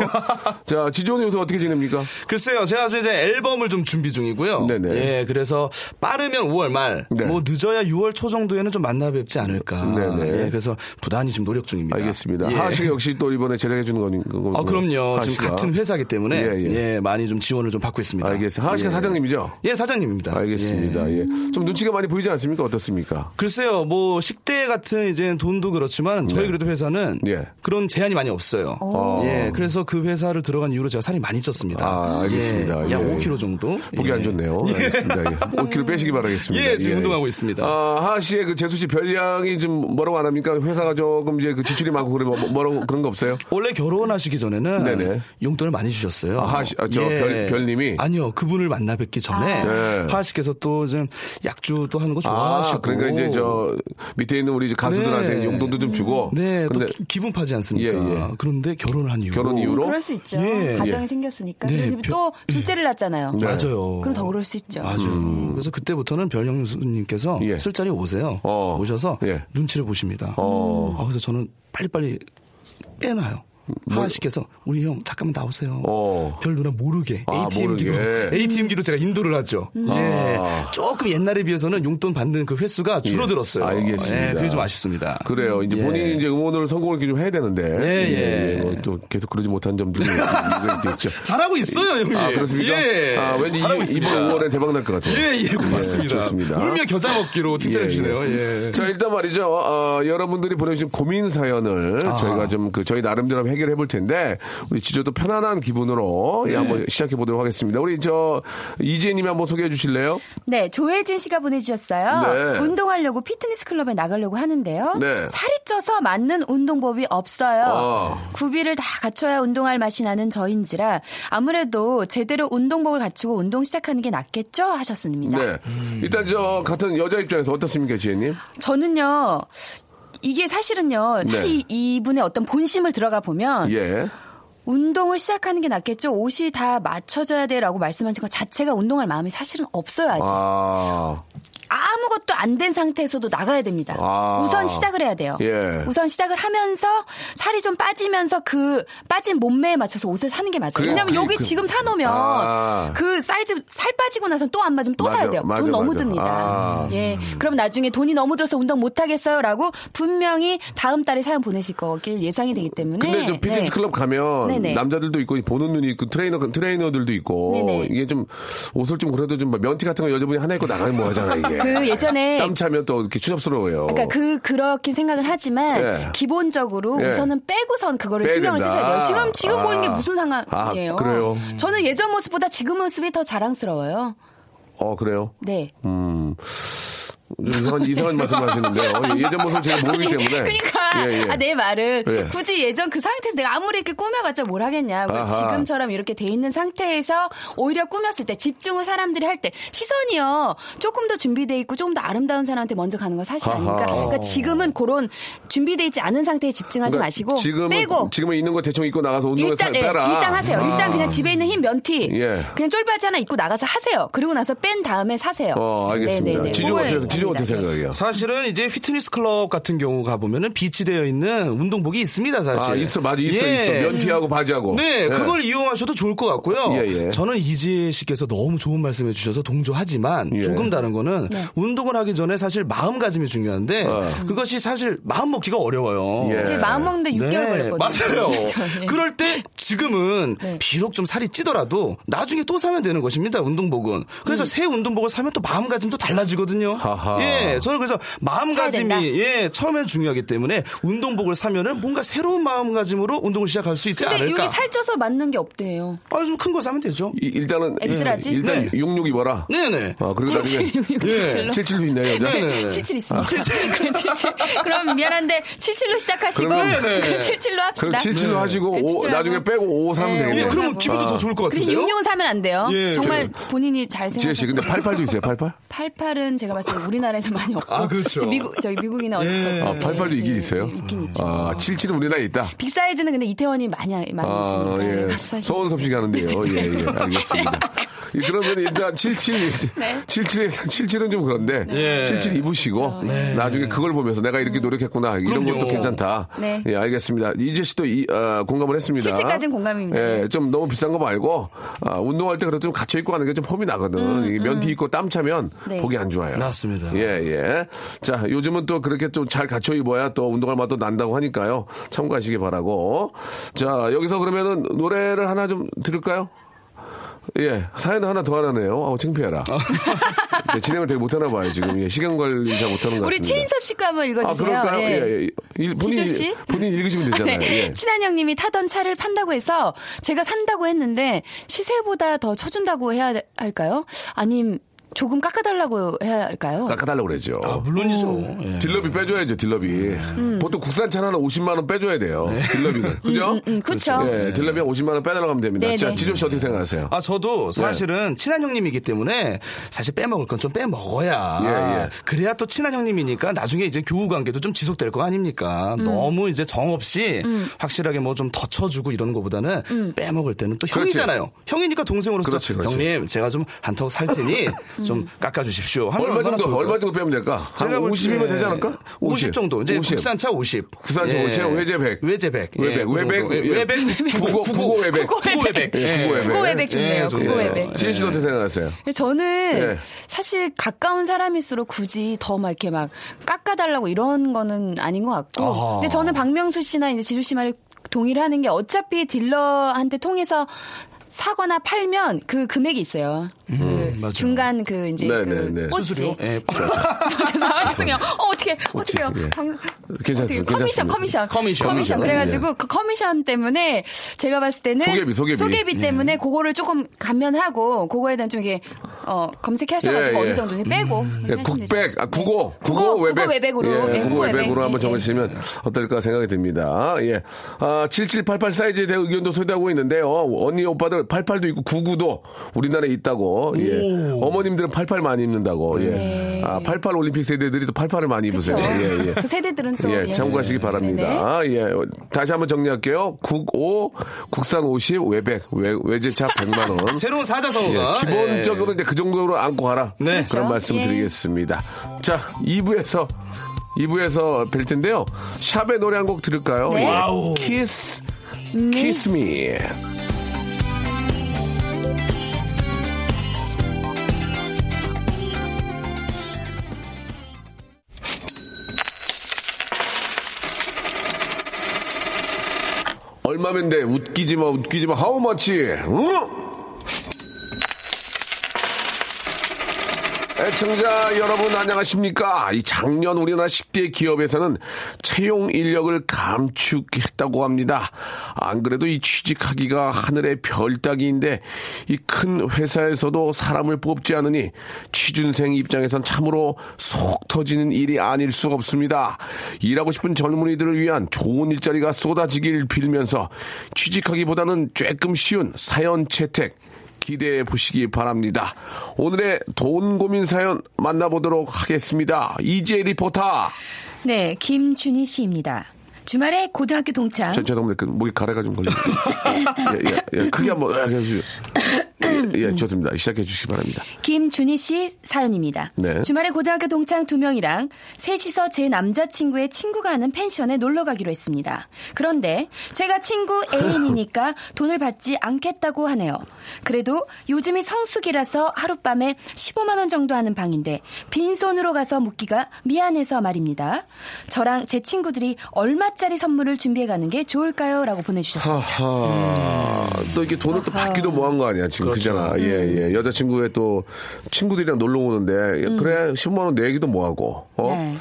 Speaker 1: 자, 지조는 요새 어떻게 지냅니까?
Speaker 6: 글쎄요, 제가 지금 이제 앨범을 좀 준비 중이고요.
Speaker 1: 네네.
Speaker 6: 예, 그래서 빠르면 5월 말,
Speaker 1: 네.
Speaker 6: 뭐 늦어야 6월 초 정도에는 좀 만나 뵙지 않을까.
Speaker 1: 네네.
Speaker 6: 예, 그래서 부단히 지금 노력 중입니다.
Speaker 1: 알겠습니다.
Speaker 6: 예.
Speaker 1: 하하 씨가 역시 또 이번에 제작해 주는 거니- 거니까.
Speaker 6: 아, 그럼요. 지금 같은 회사기 때문에
Speaker 1: 예,
Speaker 6: 예,
Speaker 1: 예.
Speaker 6: 많이 좀 지원을 좀 받고 있습니다.
Speaker 1: 알겠습니다. 하하 씨가
Speaker 6: 예.
Speaker 1: 사장님이죠?
Speaker 6: 예, 사장님입니다. 예.
Speaker 1: 알겠습니다. 예. 좀 눈치가 많이 보이지 않습니까? 어떻습니까?
Speaker 6: 글쎄요, 뭐 식대 같은 이제 돈도 그렇지만 저희 그래도 회사는
Speaker 1: 네. 예.
Speaker 6: 그런 제한이 많이 없어요. 예, 그래서 그 회사를 들어간 이후로 제가 살이 많이 쪘습니다.
Speaker 1: 아, 알겠습니다.
Speaker 6: 예, 약
Speaker 1: 예.
Speaker 6: 5kg 정도.
Speaker 1: 보기
Speaker 6: 예.
Speaker 1: 안 좋네요. 알겠습니다.
Speaker 6: [laughs]
Speaker 1: 예. 5kg 빼시기 바라겠습니다.
Speaker 6: 예, 지금 운동하고 있습니다.
Speaker 1: 아, 하하 씨의 그 재수 씨 별량이 좀 뭐라고 안 합니까? 회사가 조금 이제 그 지출이 많고 그래 뭐- 뭐라고 그런 거 없어요?
Speaker 6: 원래 결혼하시기 전에는
Speaker 1: 네네.
Speaker 6: 용돈을 많이 주셨어요. 예.
Speaker 1: 아, 하시- 아, 저 별- 별님이?
Speaker 6: 아니요 그분을 만나 뵙기 전에
Speaker 5: 아.
Speaker 1: 네.
Speaker 6: 하하씨께서 또 좀 약주 또 하는 거 좋아하시고
Speaker 1: 아, 그러니까 이제 저 밑에 있는 우리 이제 가수들한테
Speaker 6: 네.
Speaker 1: 용돈도 좀 주고.
Speaker 6: 네, 또뭐
Speaker 1: 근데
Speaker 6: 기- 기분 파지 않습니까?
Speaker 1: 예, 예.
Speaker 6: 그런데 결혼을 한 이후로
Speaker 1: 결혼 이후로
Speaker 5: 그럴 수 있죠.
Speaker 6: 예,
Speaker 5: 가정이 생겼으니까.
Speaker 6: 네,
Speaker 5: 그리고
Speaker 6: 별-
Speaker 5: 또 둘째를 낳았잖아요.
Speaker 1: 네.
Speaker 6: 맞아요.
Speaker 5: 그럼 더 그럴 수 있죠.
Speaker 6: 맞아요. 그래서 그때부터는 별영수님께서
Speaker 1: 음. 예.
Speaker 6: 술자리 오세요.
Speaker 1: 어.
Speaker 6: 오셔서
Speaker 1: 예. 어.
Speaker 6: 눈치를 보십니다. 아, 그래서 저는 빨리빨리 빼놔요. 하하 씨께서 우리 형 잠깐만 나오세요.
Speaker 1: 뭐- 어.
Speaker 6: 별 누나 모르게
Speaker 1: 아,
Speaker 6: ATM기로
Speaker 1: 모르게.
Speaker 6: ATM기로 제가 인도를 하죠. 예.
Speaker 1: 아. 예.
Speaker 6: 조금 옛날에 비해서는 용돈 받는 그 횟수가 줄어들었어요.
Speaker 1: 알겠습니다.
Speaker 6: 예, 그게 좀 아쉽습니다.
Speaker 1: 그래요. 이제
Speaker 6: 예.
Speaker 1: 본인이 이제 음원으로 성공을 좀 해야 되는데.
Speaker 6: 예, 예.
Speaker 1: 뭐또 계속 그러지 못한
Speaker 6: [laughs]
Speaker 1: 점들이 있죠.
Speaker 6: 잘하고 있어요, 형님.
Speaker 1: 아, 그렇습니까?
Speaker 6: 예.
Speaker 1: 아, 왠지
Speaker 6: 잘하고
Speaker 1: 이,
Speaker 6: 있습니다.
Speaker 1: 번 5월에 대박 날 것 같아요.
Speaker 6: 예, 예, 고맙습니다.
Speaker 1: 예, 좋습니다.
Speaker 6: 울며 겨자 먹기로 칭찬해 주시네요. 예.
Speaker 1: 자, 일단 말이죠. 어, 여러분들이 보내주신 고민 사연을 저희가 좀 그 저희 나름대로 한번 해결해 볼 텐데 우리 지조도 편안한 기분으로
Speaker 6: 네.
Speaker 1: 예, 한번 시작해 보도록 하겠습니다. 우리 저 이재님이 한번 소개해 주실래요?
Speaker 5: 네, 조혜진 씨가 보내주셨어요.
Speaker 1: 네.
Speaker 5: 운동하려고 피트니스 클럽에 나가려고 하는데요.
Speaker 1: 네.
Speaker 5: 살이 쪄서 맞는 운동법이 없어요.
Speaker 1: 아.
Speaker 5: 구비를 다 갖춰야 운동할 맛이 나는 저인지라 아무래도 제대로 운동복을 갖추고 운동 시작하는 게 낫겠죠? 하셨습니다.
Speaker 1: 네. 일단 저 같은 여자 입장에서 어떻습니까, 지혜님?
Speaker 5: 저는요. 이게 사실은요. 사실
Speaker 1: 네.
Speaker 5: 이- 이분의 어떤 본심을 들어가 보면
Speaker 1: 예.
Speaker 5: 운동을 시작하는 게 낫겠죠. 옷이 다 맞춰져야 돼라고 말씀하신 것 자체가 운동할 마음이 사실은 없어요 아직.
Speaker 1: 아.
Speaker 5: 아무것도 안 된 상태에서도 나가야 됩니다.
Speaker 1: 아.
Speaker 5: 우선 시작을 해야 돼요.
Speaker 1: 예.
Speaker 5: 우선 시작을 하면서 살이 좀 빠지면서 그 빠진 몸매에 맞춰서 옷을 사는 게 맞아요.
Speaker 1: 그래,
Speaker 5: 왜냐면
Speaker 1: 그,
Speaker 5: 여기
Speaker 1: 그,
Speaker 5: 지금 사놓으면
Speaker 1: 아.
Speaker 5: 그 사이즈 살 빠지고 나서 또 안 맞으면 또
Speaker 1: 맞아,
Speaker 5: 사야 돼요.
Speaker 1: 맞아,
Speaker 5: 돈 너무
Speaker 1: 맞아.
Speaker 5: 듭니다.
Speaker 1: 아.
Speaker 5: 예. 그럼 나중에 돈이 너무 들어서 운동 못 하겠어요라고 분명히 다음 달에 사연 보내실 거길 예상이 되기 때문에.
Speaker 1: 근데 저 피트니스
Speaker 5: 네.
Speaker 1: 클럽 가면
Speaker 5: 네네.
Speaker 1: 남자들도 있고 보는 눈이 있고 트레이너 트레이너들도 있고
Speaker 5: 네네.
Speaker 1: 이게 좀 옷을 좀 그래도 좀 면티 같은 거 여자분이 하나 입고 나가면 뭐 하잖아 이게.
Speaker 5: 그 예전에
Speaker 1: 땀 차면 또 이렇게 추잡스러워요.
Speaker 5: 그러니까 그 그렇게 생각을 하지만
Speaker 1: 어. 예.
Speaker 5: 기본적으로
Speaker 1: 예.
Speaker 5: 우선은 빼고선 그거를
Speaker 1: 빼야
Speaker 5: 신경을
Speaker 1: 된다.
Speaker 5: 쓰셔야 돼요. 지금 지금
Speaker 1: 아.
Speaker 5: 보이는 게 무슨 상황이에요?
Speaker 1: 아, 그래요?
Speaker 5: 저는 예전 모습보다 지금 모습이 더 자랑스러워요.
Speaker 1: 어 그래요.
Speaker 5: 네.
Speaker 1: 음. 좀 이상한, 이상한 말씀하시는데요. 어, 예전 모습 제가 모르기 때문에.
Speaker 5: [laughs] 그러니까
Speaker 1: 예, 예.
Speaker 5: 아, 내 말은
Speaker 1: 예.
Speaker 5: 굳이 예전 그 상태에서 내가 아무리 이렇게 꾸며봤자 뭘 하겠냐. 그러니까
Speaker 1: 아하.
Speaker 5: 지금처럼 이렇게 돼 있는 상태에서 오히려 꾸몄을 때 집중을 사람들이 할 때 시선이요 조금 더 준비돼 있고 조금 더 아름다운 사람한테 먼저 가는 건 사실 아닙니까?
Speaker 1: 아하.
Speaker 5: 그러니까 지금은 그런 준비돼 있지 않은 상태에 집중하지
Speaker 1: 그러니까
Speaker 5: 마시고
Speaker 1: 지금은,
Speaker 5: 빼고
Speaker 1: 지금은 있는 거 대충 입고 나가서 운동을
Speaker 5: 일단
Speaker 1: 사-
Speaker 5: 예,
Speaker 1: 빼라.
Speaker 5: 일단 하세요. 일단
Speaker 1: 아.
Speaker 5: 그냥 집에 있는 흰 면티
Speaker 1: 예.
Speaker 5: 그냥 쫄바지 하나 입고 나가서 하세요. 그리고 나서 뺀 다음에 사세요.
Speaker 1: 어, 알겠습니다.
Speaker 5: 네네네.
Speaker 1: 지조
Speaker 5: 그거에
Speaker 1: 어떻게, 지조 어떻게
Speaker 5: 갑니다.
Speaker 1: 생각해요?
Speaker 6: 사실은 이제 피트니스 클럽 같은 경우가 보면은 비치되어 있는 운동복이 있습니다, 사실.
Speaker 1: 아, 있어, 맞아, 있어,
Speaker 6: 예.
Speaker 1: 있어. 면티하고 바지하고.
Speaker 6: 네,
Speaker 1: 예.
Speaker 6: 그걸 이용하셔도 좋을 것 같고요.
Speaker 1: 예, 예.
Speaker 6: 저는 이지혜 씨께서 너무 좋은 말씀해 주셔서 동조하지만
Speaker 1: 예.
Speaker 6: 조금 다른 거는 운동을 하기 전에 사실 마음가짐이 중요한데 그것이 사실 마음 먹기가 어려워요.
Speaker 1: 아. 예.
Speaker 5: 제 마음 먹는데 6개월
Speaker 6: 네,
Speaker 5: [laughs] 걸렸거든요.
Speaker 6: 맞아요.
Speaker 5: 저는. 예.
Speaker 6: 그럴 때 지금은
Speaker 5: 네.
Speaker 6: 비록 좀 살이 찌더라도 나중에 또 사면 되는 것입니다. 운동복은.
Speaker 5: 음.
Speaker 6: 그래서 새 운동복을 사면 또 마음가짐도 달라지거든요.
Speaker 1: 하하.
Speaker 6: 예, 저는 그래서
Speaker 5: 사야
Speaker 6: 마음가짐이
Speaker 5: 된다.
Speaker 6: 예 처음엔 중요하기 때문에 운동복을 사면은 뭔가 새로운 마음가짐으로 운동을 시작할 수 있지
Speaker 5: 근데
Speaker 6: 않을까.
Speaker 5: 여기 살쪄서 맞는 게 없대요.
Speaker 6: 아, 좀 큰 거 사면 되죠.
Speaker 1: 이- 일단은.
Speaker 5: 엑스라지?
Speaker 1: 일단
Speaker 6: 네.
Speaker 1: 육육 입어라.
Speaker 6: 네네. 예.
Speaker 1: 아, 그리고 나중에.
Speaker 5: 77,
Speaker 1: 77도 있나요, 여자?
Speaker 5: [laughs]
Speaker 6: 네.
Speaker 5: 77
Speaker 1: 아.
Speaker 5: 있습니다. 그럼 77. 그럼 미안한데 77로 시작하시고
Speaker 1: 그러면-
Speaker 6: 네, 네.
Speaker 5: [laughs] 그럼 77로
Speaker 1: 그럼
Speaker 5: 합시다.
Speaker 1: 77로 하시고,
Speaker 5: 네,
Speaker 1: 오-
Speaker 5: 77 하고.
Speaker 1: 나중에 빼고 5 사면
Speaker 5: 네,
Speaker 6: 예,
Speaker 1: 되겠네요.
Speaker 5: 그럼-
Speaker 6: 그러면 기분도 더 좋을 것
Speaker 5: 그래서
Speaker 6: 같은데요.
Speaker 5: 66은 사면 안 돼요.
Speaker 6: 예,
Speaker 5: 정말 본인이 잘
Speaker 1: 지혜 씨,
Speaker 5: 네, 생각하시고.
Speaker 1: 근데 88도 있어요, 88?
Speaker 5: 88은 제가 봤을 때 우리나라에서 많이 없고.
Speaker 6: 아, 그렇죠.
Speaker 5: 저 미국 저기 미국이나 어디
Speaker 6: 예.
Speaker 1: 아, 88도
Speaker 5: 예,
Speaker 1: 이긴
Speaker 5: 예,
Speaker 1: 있어요?
Speaker 5: 예, 있긴 있죠.
Speaker 1: 아, 77은 우리나라에 있다.
Speaker 5: 빅 사이즈는 근데 이태원이 많이 많이
Speaker 1: 아,
Speaker 5: 있습니다. 네,
Speaker 1: 예.
Speaker 5: 가수 사이즈.
Speaker 1: 서원섭 씨가 하는데요. 예, 예.
Speaker 5: [laughs]
Speaker 1: 알겠습니다. 이, 그러면 일단 77,
Speaker 5: 네.
Speaker 1: 77, 77은 좀 그런데,
Speaker 6: 예.
Speaker 1: 77 입으시고,
Speaker 5: 그렇죠.
Speaker 1: 나중에 그걸 보면서 내가 이렇게 노력했구나. 이런
Speaker 6: 그럼요.
Speaker 1: 것도 괜찮다.
Speaker 5: 네.
Speaker 1: 예, 알겠습니다. 이재 씨도 이, 아, 공감을 했습니다.
Speaker 5: 77까지는 공감입니다. 네.
Speaker 1: 예, 좀 너무 비싼 거 말고, 아, 운동할 때 그래도 좀 갇혀 입고 가는 게 좀 폼이 나거든. 이 면티 입고 땀 차면
Speaker 5: 음, 네.
Speaker 1: 보기 안 좋아요.
Speaker 6: 맞습니다.
Speaker 1: 예, 예. 자, 요즘은 또 그렇게 좀 잘 갖춰 입어야 또 운동할 맛도 난다고 하니까요. 참고하시기 바라고. 자, 여기서 그러면은 노래를 하나 좀 들을까요? 예, 사연 하나 더 하나네요. 아우, 창피해라. 네, 진행을 되게 못하나 봐요, 지금. 예, 시간 관리 잘 못하는 것 같습니다.
Speaker 5: 우리 최인섭 씨거 한번 읽어
Speaker 1: 아,
Speaker 5: 주세요.
Speaker 1: 그럴까요? 예, 예. 일- 본인,
Speaker 5: 지조 씨? 네.
Speaker 1: 본인 읽으시면 되잖아요. 예.
Speaker 5: 친한 형님이 타던 차를 판다고 해서 제가 산다고 했는데 시세보다 더 쳐준다고 해야 할까요? 아님 조금 깎아달라고 해야 할까요?
Speaker 1: 깎아달라고 그러죠.
Speaker 6: 물론이죠.
Speaker 5: 네.
Speaker 6: 예.
Speaker 1: 딜러비 빼줘야죠, 딜러비. 보통 국산차 하나 50만원 빼줘야 돼요. 딜러비는. 그죠?
Speaker 5: 음. 네. 음, 그쵸.
Speaker 1: 예, 딜러비 한 50만원 빼달라고 하면 됩니다.
Speaker 5: 네,
Speaker 1: 자,
Speaker 5: 네.
Speaker 1: 지조 씨 어떻게 생각하세요?
Speaker 6: 아, 저도 사실은
Speaker 1: 네.
Speaker 6: 친한 형님이기 때문에 사실 빼먹을 건 좀 빼먹어야.
Speaker 1: 예, 예.
Speaker 6: 그래야 또 친한 형님이니까 나중에 이제 교우 관계도 좀 지속될 거 아닙니까?
Speaker 1: 음.
Speaker 6: 너무 이제 정없이 확실하게 뭐 좀 더 쳐주고 이러는 것보다는
Speaker 1: 음.
Speaker 6: 빼먹을 때는 또
Speaker 1: 그렇지.
Speaker 6: 형이잖아요. 형이니까 동생으로서
Speaker 1: 그렇지, 그렇지.
Speaker 6: 형님 제가 좀 한턱
Speaker 1: [laughs]
Speaker 6: 살 테니 좀 깎아주십시오. 하면
Speaker 1: 얼마
Speaker 6: 얼마나
Speaker 1: 정도,
Speaker 6: 좋을까요?
Speaker 1: 얼마 정도 빼면 될까? 한
Speaker 6: 볼
Speaker 1: 50이면
Speaker 6: 때
Speaker 1: 되지 않을까?
Speaker 6: 50, 정도. 이제
Speaker 1: 50.
Speaker 6: 국산차 50.
Speaker 1: 국산차 50, 외제 100.
Speaker 6: 외제 100. 예,
Speaker 1: 외백,
Speaker 6: 그 정도.
Speaker 1: 외백,
Speaker 6: 예, 외백.
Speaker 1: 국어, 국어 외백.
Speaker 6: 국어 외백.
Speaker 1: 예,
Speaker 6: 예.
Speaker 1: 국어 외백.
Speaker 5: 국어 외백 좋네요.
Speaker 6: 예,
Speaker 5: 국어
Speaker 6: 좋네요.
Speaker 5: 외백.
Speaker 1: 지혜 씨는 어떻게 생각하세요?
Speaker 5: 저는
Speaker 6: 네.
Speaker 1: 예.
Speaker 5: 사실 가까운 사람일수록 굳이 더 막 이렇게 막 깎아달라고 이런 거는 아닌 것 같고.
Speaker 6: 아하.
Speaker 5: 근데 저는 박명수 씨나 이제 지조 씨 말에 동의를 하는 게 어차피 딜러한테 통해서 사거나 팔면 그 금액이 있어요. 그
Speaker 6: 음, 맞아요.
Speaker 5: 중간 그 이제
Speaker 1: 네,
Speaker 5: 그
Speaker 1: 네, 네.
Speaker 5: 꽃이.
Speaker 6: 수수료. 예.
Speaker 5: [laughs] 죄송해요. 죄송해요. 어, 어떻게, 어떻게요.
Speaker 1: 예.
Speaker 5: 방-
Speaker 1: 괜찮습니다.
Speaker 5: 어떡해요. 커미션,
Speaker 1: 괜찮습니다.
Speaker 5: 커미션.
Speaker 6: 커미션.
Speaker 1: 커미션,
Speaker 5: 그래가지고 그 커미션 때문에 제가 봤을 때는
Speaker 1: 소개비, 예. 소개비.
Speaker 5: 때문에 그거를 조금 감면하고 그거에 대한 좀 이게 어, 검색해 하셔가지고
Speaker 1: 예, 예.
Speaker 5: 어느 정도인지 빼고.
Speaker 1: 예,
Speaker 5: 하시면 되죠.
Speaker 1: 국백, 아, 국어,
Speaker 5: 네. 국어, 국어
Speaker 1: 외백.
Speaker 5: 외백으로.
Speaker 1: 예,
Speaker 5: 예,
Speaker 1: 국어
Speaker 5: 국어
Speaker 1: 외백으로
Speaker 5: 외백.
Speaker 1: 한번
Speaker 5: 예,
Speaker 1: 적으시면 어떨까 생각이 듭니다. 예. 아, 7788 사이즈에 대한 의견도 소개하고 있는데요. 언니, 오빠들 88도 있고 99도 우리나라에 있다고. 예. 어머님들은 88 많이 입는다고. 예.
Speaker 5: 네.
Speaker 1: 아, 88 올림픽 세대들이 또 88을 많이 입으세요.
Speaker 5: 그쵸?
Speaker 1: 예, 예.
Speaker 5: 그 세대들은 [laughs] 또. 네,
Speaker 1: 예, 참고하시기 바랍니다. 예, 다시 한번 정리할게요. 국오, 국산 50, 외백, 외, 외제차 100만 원.
Speaker 6: 새로운
Speaker 1: 예,
Speaker 6: 사자성어가
Speaker 1: 기본적으로 이제 그 정도로 안고 가라.
Speaker 6: 아, 네.
Speaker 1: 그런
Speaker 5: 그렇죠.
Speaker 1: 말씀
Speaker 5: 예.
Speaker 1: 드리겠습니다. 자, 2부에서 2부에서 뵐 텐데요. 샵의 노래 한 곡 들을까요?
Speaker 5: 네.
Speaker 1: 예.
Speaker 5: 음.
Speaker 1: 키스 키스 미. 얼마면 돼? 웃기지 마, 웃기지 마. How much? 응? 애청자 여러분 안녕하십니까? 이 작년 우리나라 10대 기업에서는 채용 인력을 감축했다고 합니다. 안 그래도 이 취직하기가 하늘의 별 따기인데 이 큰 회사에서도 사람을 뽑지 않으니 취준생 입장에선 참으로 속 터지는 일이 아닐 수가 없습니다. 일하고 싶은 젊은이들을 위한 좋은 일자리가 쏟아지길 빌면서 취직하기보다는 조금 쉬운 사연 채택 기대해 보시기 바랍니다. 오늘의 돈 고민 사연 만나보도록 하겠습니다. 이재 리포터.
Speaker 5: 네, 김준희 씨입니다. 주말에 고등학교 동창.
Speaker 1: 전 죄송합니다. 그 목이 가래가 좀
Speaker 6: [laughs]
Speaker 1: 걸려. 예, 예, 예, 크게 한번 예, 해주세요. 예, 예, 좋습니다. 시작해 주시기 바랍니다.
Speaker 5: 김준희 씨 사연입니다.
Speaker 1: 네.
Speaker 5: 주말에 고등학교 동창 두 명이랑 셋이서 제 남자친구의 친구가 하는 펜션에 놀러 가기로 했습니다. 그런데 제가 친구
Speaker 1: [laughs]
Speaker 5: 애인이니까 돈을 받지 않겠다고 하네요. 그래도 요즘이 성수기라서 하룻밤에 15만 원 정도 하는 방인데 빈손으로 가서 묻기가 미안해서 말입니다. 저랑 제 친구들이 얼마짜리 선물을 준비해 가는 게 좋을까요? 라고 보내주셨어요.
Speaker 1: 하하.
Speaker 6: 음.
Speaker 1: 또 이렇게 돈을 또 받기도 뭐한 거 아니야, 지금. 그잖
Speaker 6: 그렇죠.
Speaker 1: 아 예, 예. 여자친구의 또 친구들이랑 놀러 오는데, 예,
Speaker 6: 음.
Speaker 1: 그래, 10만원 내기도 뭐하고, 어?
Speaker 5: 네.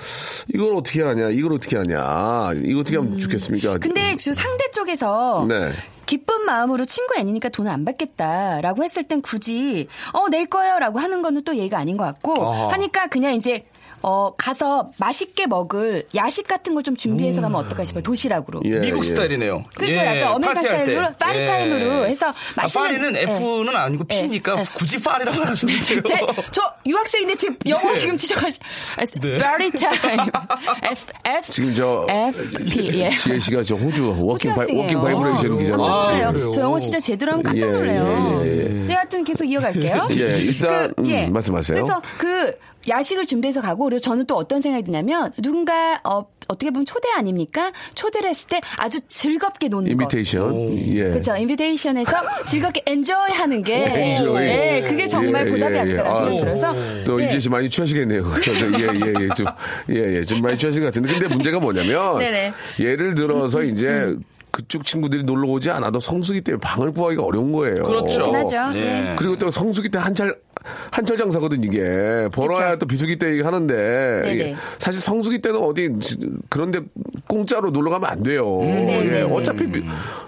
Speaker 1: 이걸 어떻게 하냐, 이걸 어떻게 하냐, 이거 어떻게
Speaker 6: 음.
Speaker 1: 하면 좋겠습니까?
Speaker 5: 근데 저 상대 쪽에서
Speaker 1: 네.
Speaker 5: 기쁜 마음으로 친구 애니니까 돈을 안 받겠다라고 했을 땐 굳이 어 낼 거예요라고 하는 거는 또 얘가 아닌 것 같고
Speaker 1: 어.
Speaker 5: 하니까 그냥 이제 어 가서 맛있게 먹을 야식 같은 걸 좀 준비해서 가면 어떨까 싶어요 도시락으로.
Speaker 1: 예,
Speaker 6: 미국
Speaker 1: 예.
Speaker 6: 스타일이네요.
Speaker 5: 그렇죠. 약간 어메리칸
Speaker 6: 파티할 때. 예.
Speaker 5: 스타일로, 파리 타임으로 해서 맛있는-
Speaker 6: 아, 파리는
Speaker 5: 예.
Speaker 6: F는 아니고
Speaker 5: 예.
Speaker 6: P니까
Speaker 5: 예.
Speaker 6: 굳이 파리라고 안 하셔도 돼요.
Speaker 5: [laughs] 제, 저 유학생인데
Speaker 1: [laughs]
Speaker 5: 지금
Speaker 1: 예.
Speaker 5: 영어 지금 지적하시. Very time. F F
Speaker 1: 네. 지금 저
Speaker 5: F P 예.
Speaker 1: 지혜 씨가 저
Speaker 5: [laughs]
Speaker 1: 호주 워킹 바이
Speaker 5: 학생이에요.
Speaker 1: 워킹 바이브레이션 기자잖아요.
Speaker 5: 깜짝 놀라요.
Speaker 6: 아, 그래요?
Speaker 5: 저 영어 진짜 제대로 하면 깜짝
Speaker 1: 예,
Speaker 5: 놀라요.
Speaker 1: 예, 예,
Speaker 5: 네, 하여튼 계속 이어갈게요.
Speaker 1: [laughs]
Speaker 5: 그,
Speaker 1: 예, 일단, 음, 말씀하세요.
Speaker 5: 그래서 그 야식을 준비해서 가고 그리고 저는 또 어떤 생각이 드냐면 누군가 어, 어떻게 보면 초대 아닙니까? 초대를 했을 때 아주 즐겁게 노는 거.
Speaker 1: 이미테이션. 예.
Speaker 5: 그렇죠. 인비테이션에서 즐겁게 엔조이 하는 게
Speaker 1: enjoy.
Speaker 5: 예, 그게 정말
Speaker 1: 예,
Speaker 5: 보답이
Speaker 1: 예,
Speaker 5: 안
Speaker 1: 예.
Speaker 5: 되라는
Speaker 1: 아,
Speaker 5: 생각이 들어서
Speaker 1: 또
Speaker 5: 예.
Speaker 1: 이재 씨 많이 취하시겠네요. [laughs] 예예예 좀 예, 예, 좀 많이 취하신 것 같은데 근데 문제가 뭐냐면
Speaker 5: [laughs] 네네. 음,
Speaker 1: 예를 들어서 이제 그쪽 친구들이 놀러 오지 않아도 성수기 때문에 방을 구하기가 어려운 거예요.
Speaker 6: 그렇죠.
Speaker 5: 하죠. 예.
Speaker 6: 예.
Speaker 1: 그리고 또 성수기 때 한철 한철 장사거든 이게 벌어야
Speaker 5: 그쵸.
Speaker 1: 또 비수기 때 하는데 예.
Speaker 5: 네네.
Speaker 1: 사실 성수기 때는 어디 그런데 공짜로 놀러 가면 안 돼요.
Speaker 5: 음, 네네. 음.
Speaker 1: 예, 어차피 비-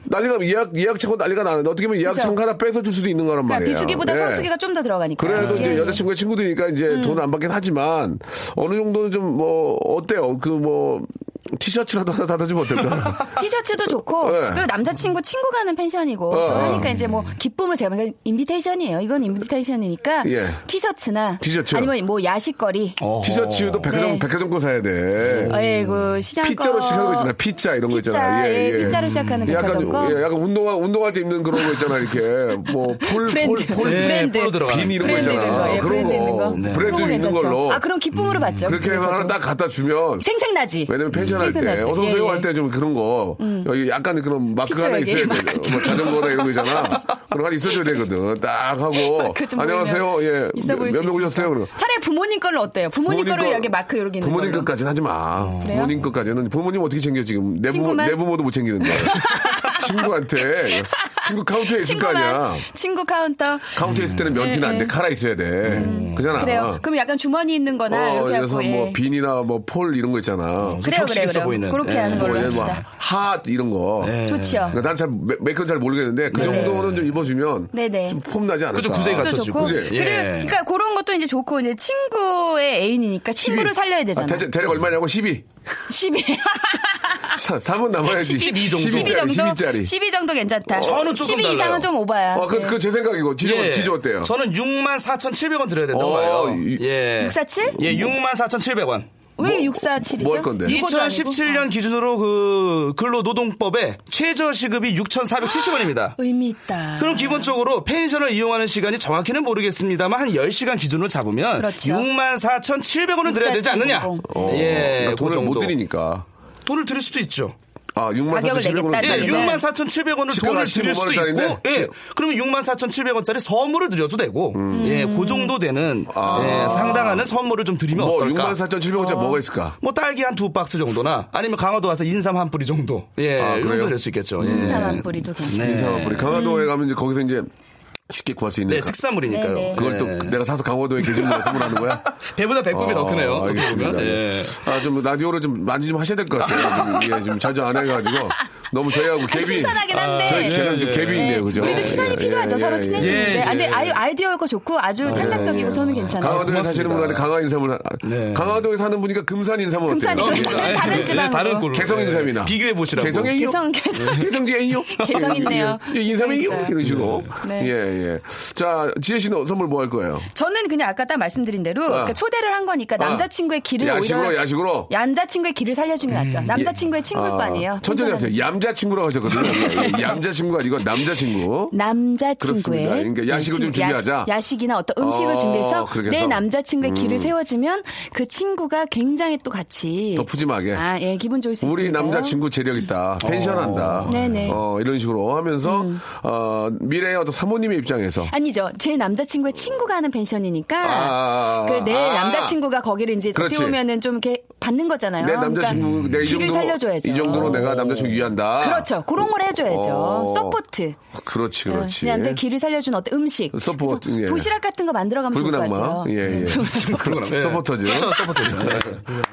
Speaker 1: 난리가 예약 예약 차고 난리가 나는데 어떻게 보면 예약
Speaker 5: 그쵸.
Speaker 1: 창가 하나 뺏어 줄 수도 있는 거란
Speaker 5: 그러니까
Speaker 1: 말이에요.
Speaker 5: 비수기보다
Speaker 1: 예.
Speaker 5: 성수기가 좀 더 들어가니까.
Speaker 1: 그래도
Speaker 5: 예, 음.
Speaker 1: 이제
Speaker 5: 예.
Speaker 1: 여자친구의 친구들이니까 이제 돈을 안 받긴 하지만 어느 정도는 좀 뭐 어때요? 그 뭐 티셔츠라도 하나 사다 주면 어떨까?
Speaker 5: 티셔츠도 좋고
Speaker 1: 네.
Speaker 5: 그리고 남자친구 친구가 하는 펜션이고
Speaker 1: 어,
Speaker 5: 또
Speaker 1: 어.
Speaker 5: 하니까 이제 뭐 기쁨을 제가 그러니까 인비테이션이에요. 이건 인비테이션이니까
Speaker 1: 예.
Speaker 5: 티셔츠나
Speaker 1: 티셔츠.
Speaker 5: 아니면 뭐 야식거리.
Speaker 1: 어. 티셔츠도 백화점
Speaker 5: 네.
Speaker 1: 백화점 거 사야 돼.
Speaker 5: 아이고 시장
Speaker 1: 피자로 시작하는 거 있잖아. 요
Speaker 5: 피,
Speaker 1: 피자 이런 거
Speaker 5: 자
Speaker 1: 있잖아.
Speaker 5: 예, 피자로 시작하는
Speaker 1: 약간
Speaker 5: 백화점 거.
Speaker 1: 예, 약간 운동화 운동할 때 입는 그런 거 있잖아. 이렇게 뭐폴
Speaker 5: [laughs] 브랜드.
Speaker 6: 예,
Speaker 5: 그 브랜드.
Speaker 6: 폴로 들어가는
Speaker 1: 빈 이런 거
Speaker 5: 브랜드 있는 거,
Speaker 1: 있잖아.
Speaker 5: 예,
Speaker 1: 그런
Speaker 5: 브랜드 있는 거.
Speaker 1: 거. 브랜드
Speaker 5: 그런 거
Speaker 1: 있는
Speaker 5: 괜찮죠.
Speaker 1: 걸로.
Speaker 5: 아 그럼 기쁨으로 받죠.
Speaker 1: 그렇게 해서 하나
Speaker 5: 그래서도.
Speaker 1: 딱 갖다 주면
Speaker 5: 생생나지.
Speaker 1: 왜냐면 펜션 할 때,
Speaker 5: 생생하죠.
Speaker 1: 어서오세요
Speaker 5: 예, 예.
Speaker 1: 할 때 좀 그런 거, 여기 약간 그런 마크가
Speaker 5: 피자
Speaker 1: 하나 있어야 돼.
Speaker 5: 여기 음. 마크
Speaker 1: 뭐 자전거나
Speaker 5: [laughs]
Speaker 1: 이런 거 있잖아. 그런 거 하나 있어줘야 되거든. 딱 하고,
Speaker 5: 마크 아, 좀
Speaker 1: 뭐. 안녕하세요.
Speaker 5: 보이면
Speaker 1: 예.
Speaker 5: 있어 보일 수
Speaker 1: 몇명 오셨어요? 그럼.
Speaker 5: 차라리 부모님 걸로 어때요? 부모님, 걸로 여기 마크 여기 있는
Speaker 1: 부모님
Speaker 5: 걸로. 음.
Speaker 1: 것까지는 하지 마.
Speaker 5: 그래요?
Speaker 1: 부모님 것까지는 부모님 어떻게 챙겨 지금 내 부모
Speaker 5: 친구만?
Speaker 1: 내 부모도 못 챙기는데 [laughs] 친구한테 친구 카운터에 있을 거 아니야.
Speaker 5: 친구만 친구 카운터.
Speaker 1: 카운터에 있을 때는 면티는 안 돼. 칼아 있어야 돼. 그잖아.
Speaker 5: 음. 그래요. 그럼 약간 주머니 있는 거나
Speaker 1: 어,
Speaker 5: 이렇게
Speaker 1: 그래서
Speaker 5: 하고
Speaker 1: 뭐
Speaker 5: 예.
Speaker 1: 빈이나 뭐 폴 이런 거 있잖아.
Speaker 5: 그래요,
Speaker 6: 격식
Speaker 5: 그래요,
Speaker 6: 있어
Speaker 5: 그래요.
Speaker 6: 보이는.
Speaker 5: 그렇게
Speaker 6: 예.
Speaker 5: 하는 걸로
Speaker 1: 뭐 예를 뭐
Speaker 5: 합시다. 예.
Speaker 1: 핫 이런 거.
Speaker 5: 좋지요.
Speaker 1: 그러니까 난잘 메이크업 잘 모르겠는데 그
Speaker 5: 네네.
Speaker 1: 정도는 좀 입어주면
Speaker 5: 네네.
Speaker 1: 좀 폼 나지 않을까.
Speaker 6: 그죠, 구색이
Speaker 5: 또
Speaker 6: 갖춰지고.
Speaker 5: 좋고
Speaker 1: 음. 그치?
Speaker 5: 그리고
Speaker 6: 예.
Speaker 5: 그러니까 그런 것도 이제 좋고 이제 친구의 애인이니까 친구를 살려야 되잖아.
Speaker 1: 아, 대체 대략 얼마냐고 12.
Speaker 5: 12.
Speaker 1: 3은 남아야지.
Speaker 6: 12 정도.
Speaker 1: 12 짜리,
Speaker 5: 12 정도.
Speaker 1: 12짜리.
Speaker 5: 12 정도 괜찮다.
Speaker 6: 저는 조금
Speaker 5: 12 이상은
Speaker 6: 달라요.
Speaker 5: 좀 오바야.
Speaker 1: 어, 그, 그, 제 생각이고. 지조,
Speaker 6: 예.
Speaker 1: 지조 어때요?
Speaker 6: 저는 64,700원 드려야 된다고
Speaker 1: 어,
Speaker 6: 봐요.
Speaker 1: 이-
Speaker 6: 예.
Speaker 5: 647?
Speaker 6: 예, 64,700원.
Speaker 5: 왜 647이죠?
Speaker 1: 뭐할 건데?
Speaker 6: 2017년 기준으로 그 근로노동법에 최저 시급이 6,470원입니다.
Speaker 5: 의미 있다.
Speaker 6: 그럼 기본적으로 펜션을 이용하는 시간이 정확히는 모르겠습니다만 한 10시간 기준으로 잡으면
Speaker 5: 그렇죠.
Speaker 6: 64,700원은 드려야 되지 않느냐?
Speaker 5: 64,700.
Speaker 1: 어,
Speaker 6: 예.
Speaker 1: 그러니까
Speaker 6: 그
Speaker 1: 돈을 못
Speaker 6: 정도.
Speaker 1: 드리니까.
Speaker 6: 돈을 드릴 수도 있죠.
Speaker 1: 아, 6만
Speaker 5: 가격을
Speaker 1: 4,700원.
Speaker 5: 내겠다,
Speaker 6: 예,
Speaker 5: 네.
Speaker 6: 64,700원을
Speaker 1: 시가가
Speaker 6: 돈을 드릴
Speaker 1: 15만
Speaker 6: 수도 있고,
Speaker 1: 원짜리인데?
Speaker 6: 예, 그러면 64,700원짜리 선물을 드려도 되고,
Speaker 1: 음.
Speaker 6: 예, 그 정도 되는 예, 상당하는 선물을 좀 드리면
Speaker 1: 아. 뭐,
Speaker 6: 어떨까?
Speaker 1: 6만 4,700원짜리 뭐가 있을까?
Speaker 6: 뭐 딸기 한 두 박스 정도나 아니면 강화도 와서 인삼 한 뿌리 정도 예
Speaker 1: 아,
Speaker 6: 이
Speaker 1: 그래요?
Speaker 6: 정도 될 수 있겠죠 예.
Speaker 1: 네.
Speaker 5: 인삼 한 뿌리도 괜찮아.
Speaker 1: 인사와 뿌리. 강화도에 가면 이제 거기서 이제 쉽게 구할 수 있는
Speaker 6: 네,
Speaker 1: 가- 어,
Speaker 6: 특산물이니까요.
Speaker 7: 네, 네.
Speaker 1: 그걸 또
Speaker 6: 네.
Speaker 1: 내가 사서 강원도에 계시는 거하는 거야?
Speaker 6: [laughs] 배보다 배꼽이 더 크네요.
Speaker 1: 어,
Speaker 6: 어떻게
Speaker 1: 알겠습니다.
Speaker 6: 보면. 예.
Speaker 1: 아, 좀 라디오를 좀 많이 좀 하셔야 될 것 같아요. 좀, 예, 좀 자주 안 해가지고. 너무 저희하고
Speaker 5: 아,
Speaker 1: 갭이.
Speaker 5: 신선하긴 한데.
Speaker 1: 저희
Speaker 6: 예,
Speaker 1: 걔는 좀
Speaker 6: 예.
Speaker 1: 갭이
Speaker 5: 네,
Speaker 1: 있네요, 그죠?
Speaker 5: 우리도 시간이
Speaker 1: 예,
Speaker 5: 필요하죠.
Speaker 1: 예,
Speaker 5: 서로
Speaker 1: 예,
Speaker 5: 친해지는데.
Speaker 6: 예,
Speaker 5: 아, 근데
Speaker 6: 예.
Speaker 5: 아이, 아이디어가 좋고 아주 창작적이고 저는 괜찮아요.
Speaker 1: 강화도에 사시는
Speaker 6: 고맙습니다.
Speaker 1: 분한테 강화 인삼을 하-
Speaker 6: 네.
Speaker 1: 강화도에 사는 분이니까 금산 인삼은
Speaker 5: 금산이
Speaker 1: 어때요?
Speaker 5: 그럼 네, 다른- 다른 지방으로.
Speaker 6: 그러니까. 다른 꼴로. 네.
Speaker 1: 개성 인삼이나
Speaker 6: 비교해 보시라고.
Speaker 1: 개성이요?
Speaker 5: 개성, 개성.
Speaker 1: 개성지에요?
Speaker 5: [laughs] 개성인데요.
Speaker 1: 아, 예, 인삼이요?
Speaker 5: 있어요.
Speaker 1: 이런 식으로.
Speaker 5: 네.
Speaker 1: 예, 예. 자, 지혜 씨는 선물 뭐 할 거예요?
Speaker 5: 저는 그냥 아까 딱 말씀드린 대로 그러니까 초대를 한 거니까
Speaker 1: 아.
Speaker 5: 남자친구의 길을
Speaker 1: 어. 야식으로,
Speaker 5: 오히려
Speaker 1: 야식으로? 음, 예.
Speaker 5: 남자친구의 길을 살려주는 게 낫죠. 남자친구의 친구일 거 아니에요. 그러니까 네.
Speaker 1: 천천히 하세요. 얌자친구라고
Speaker 5: [laughs]
Speaker 1: 하셨거든요. 예, 얌자친구가 아니고 남자친구.
Speaker 5: 남자친구의 네,
Speaker 1: 그렇습니다. 그러니까 야식을 좀
Speaker 5: 친- 야식-
Speaker 1: 준비하자.
Speaker 5: 야식이나 어떤 음식을
Speaker 1: 어,
Speaker 5: 준비해서
Speaker 1: 그렇게 해서. 음.
Speaker 5: 내 남자친구의 길을 세워지면 그 친구가 굉장히 또 같이
Speaker 1: 더 푸짐하게.
Speaker 5: 아, 예, 기분 좋을 수
Speaker 1: 우리
Speaker 5: 있어요.
Speaker 1: 남자친구 재력 있다. 펜션한다.
Speaker 5: 네네. 음.
Speaker 1: 어, 이런 식으로 하면서, 어, 미래의 어떤 사모님의 입장에서.
Speaker 5: 아니죠. 제 남자친구의 친구가 하는 펜션이니까
Speaker 1: 아,
Speaker 5: 그 내
Speaker 1: 아,
Speaker 5: 남자친구가 거기를 이제
Speaker 1: 그렇지.
Speaker 5: 어떻게 보면은 좀 이렇게 받는 거잖아요.
Speaker 1: 내 남자친구,
Speaker 5: 그러니까
Speaker 1: 내이
Speaker 5: 길을
Speaker 1: 정도로,
Speaker 5: 살려줘야죠.
Speaker 1: 이 정도로 내가 남자친구 위한다.
Speaker 5: 그렇죠. 그런 걸 해줘야죠.
Speaker 1: 아. 어.
Speaker 5: 서포트. 어,
Speaker 1: 그렇지, 그렇지.
Speaker 5: 그냥 이제 길을 살려준 어떤 음식.
Speaker 1: 서포트,
Speaker 5: 그래서
Speaker 1: 예.
Speaker 5: 도시락 같은 거 만들어가면 좋을
Speaker 1: 붉은
Speaker 5: 것
Speaker 1: 악마.
Speaker 5: 같아요.
Speaker 1: 예, 예.
Speaker 5: 네,
Speaker 1: 붉은 악마. 네. 서포터즈.
Speaker 6: 그렇죠, 서포터즈. 네.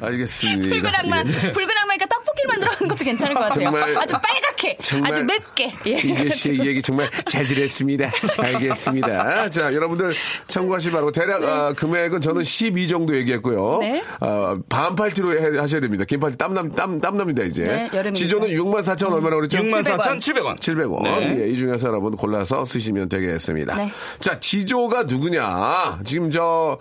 Speaker 1: 알겠습니다.
Speaker 5: 붉은 악마,
Speaker 1: 예.
Speaker 5: 붉은 악마니까 떡볶이를 만들어 가는 것도 괜찮을 것 같아요.
Speaker 1: 정말-
Speaker 5: 아주 빨갛게,
Speaker 1: 정말
Speaker 5: 아주 맵게. 예.
Speaker 1: 이재 씨의 이 얘기 정말 잘 들었습니다. 알겠습니다. 자, 여러분들 참고하시 바라고 대략 아, 금액은 저는 12 정도 얘기했고요.
Speaker 5: 네.
Speaker 1: 아, 반팔티로 해- 하셔야 됩니다. 긴 팔티 땀남 땀 땀납니다 이제.
Speaker 5: 네, 여름이니까.
Speaker 1: 지조는 6만 4천 얼마라고 그랬죠?
Speaker 6: 64,700원.
Speaker 1: 700원. 예, 이 중에서 여러분 골라서 쓰시면 되겠습니다.
Speaker 5: 네.
Speaker 1: 자, 지조가 누구냐? 지금 저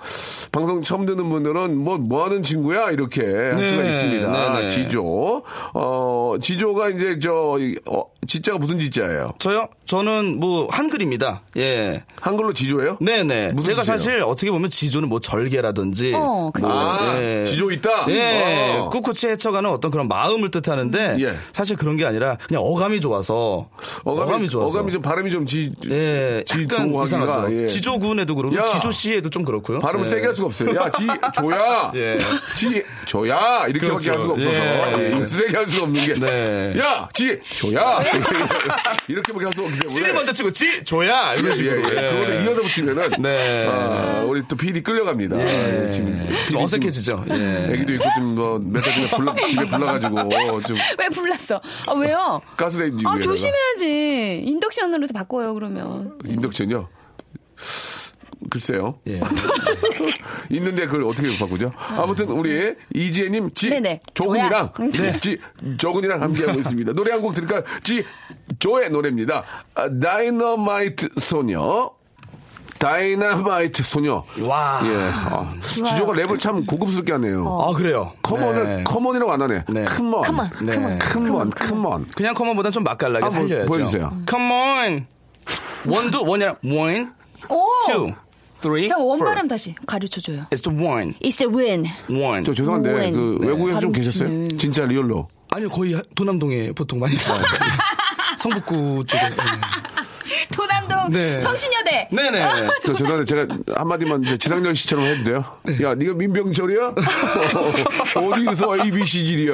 Speaker 1: 방송 처음 듣는 분들은 뭐, 뭐 하는 친구야? 이렇게 할
Speaker 6: 네,
Speaker 1: 수가 있습니다.
Speaker 6: 네, 네.
Speaker 1: 지조. 어, 지조가 이제 저, 이, 어, 지자가 무슨 지자예요?
Speaker 6: 저요? 저는 뭐 한글입니다. 예.
Speaker 1: 한글로 지조예요?
Speaker 6: 네네.
Speaker 1: 무슨
Speaker 6: 제가
Speaker 1: 뜻이에요?
Speaker 6: 사실 어떻게 보면 지조는 뭐 절개라든지.
Speaker 5: 어, 그죠.
Speaker 1: 아,
Speaker 6: 예.
Speaker 1: 지조 있다?
Speaker 6: 예.
Speaker 1: 어.
Speaker 6: 꿋꿋이 헤쳐가는 어떤 그런 마음을 뜻하는데.
Speaker 1: 예.
Speaker 6: 사실 그런 게 아니라 그냥 어감이 좋아서.
Speaker 1: 어감이, 어감이,
Speaker 6: 좋아서.
Speaker 1: 좀 발음이 좀 지,
Speaker 6: 예. 약간
Speaker 1: 지조하기가,
Speaker 6: 이상하죠.
Speaker 1: 예.
Speaker 6: 지조군에도 그렇고.
Speaker 1: 야.
Speaker 6: 지조씨에도 좀 그렇고요.
Speaker 1: 발음을
Speaker 6: 예.
Speaker 1: 세게 할 수가 없어요. 야,
Speaker 6: [laughs]
Speaker 1: 지, 조야.
Speaker 6: 예.
Speaker 1: 지, 조야. 이렇게밖에
Speaker 6: 그렇죠.
Speaker 1: 할 수가 없어서.
Speaker 6: 예.
Speaker 1: 예, 세게 할 수가 없는 게.
Speaker 6: 네.
Speaker 1: 야, 지, 조야. [laughs] 이렇게밖에 할 수가 없기 때문에.
Speaker 6: 지를 먼저 치고 지, 조야! 이런
Speaker 1: 예, 예.
Speaker 6: 식으로. 예.
Speaker 1: 그거를 이어서 붙이면은.
Speaker 6: 네.
Speaker 1: 아, 우리 또 PD 끌려갑니다. 예, 지금.
Speaker 6: 좀 어색해지죠. 예.
Speaker 1: 애기도 있고 좀뭐몇달 전에 불러, 집에 불러가지고 좀
Speaker 5: [laughs] 왜 불났어? 아, 왜요?
Speaker 1: 가스레인지
Speaker 5: 아,
Speaker 1: 위에다가.
Speaker 5: 조심해야지. 인덕션으로 해서 바꿔요, 그러면.
Speaker 1: 인덕션이요? 글쎄요.
Speaker 6: 예.
Speaker 1: 있는데 그걸 어떻게 바꾸죠? 아무튼 우리 이지혜님 지
Speaker 5: 네네.
Speaker 1: 조근이랑
Speaker 5: 조야. 음.
Speaker 1: 지 조근이랑 함께하고 있습니다. 노래 한 곡 들을까요? 지 조의 노래입니다. 아, 다이너마이트 소녀. 다이너마이트 소녀.
Speaker 6: 와.
Speaker 1: 예. 아, 지조가 랩을 참 고급스럽게 하네요.
Speaker 5: 어.
Speaker 6: 아, 그래요.
Speaker 1: 커먼을
Speaker 6: 네.
Speaker 1: 커먼이라고 안 하네.
Speaker 6: 네.
Speaker 1: 큰먼.
Speaker 5: Come on,
Speaker 6: come on,
Speaker 1: 큰먼. 큰먼.
Speaker 6: 그냥 커먼보단 좀 맛깔나게
Speaker 1: 아, 뭐,
Speaker 6: 살려야죠. 음.
Speaker 1: 보여주세요.
Speaker 6: Come on. 원도 원이랑 one,
Speaker 5: 오!
Speaker 6: two, three.
Speaker 5: 자,
Speaker 6: four.
Speaker 5: 어. 원발음 다시 가르쳐줘요.
Speaker 6: It's the one,
Speaker 5: It's the win.
Speaker 6: one.
Speaker 1: 저 죄송한데
Speaker 5: 웬.
Speaker 1: 그 외국에서 좀
Speaker 5: 발음
Speaker 1: 계셨어요?
Speaker 5: 좋네.
Speaker 1: 진짜 리얼로.
Speaker 6: 아니요 거의 하- 도남동에 보통 많이 있어요. [laughs] 성북구 쪽에.
Speaker 5: 도남동
Speaker 6: 네.
Speaker 5: 성신여대.
Speaker 6: 네네.
Speaker 1: 저 죄송한데 제가 한마디만 이제 지상렬 씨처럼 해도 돼요? 야, 네가
Speaker 6: [laughs]
Speaker 1: 민병철이야? 어디서 ABC질이야?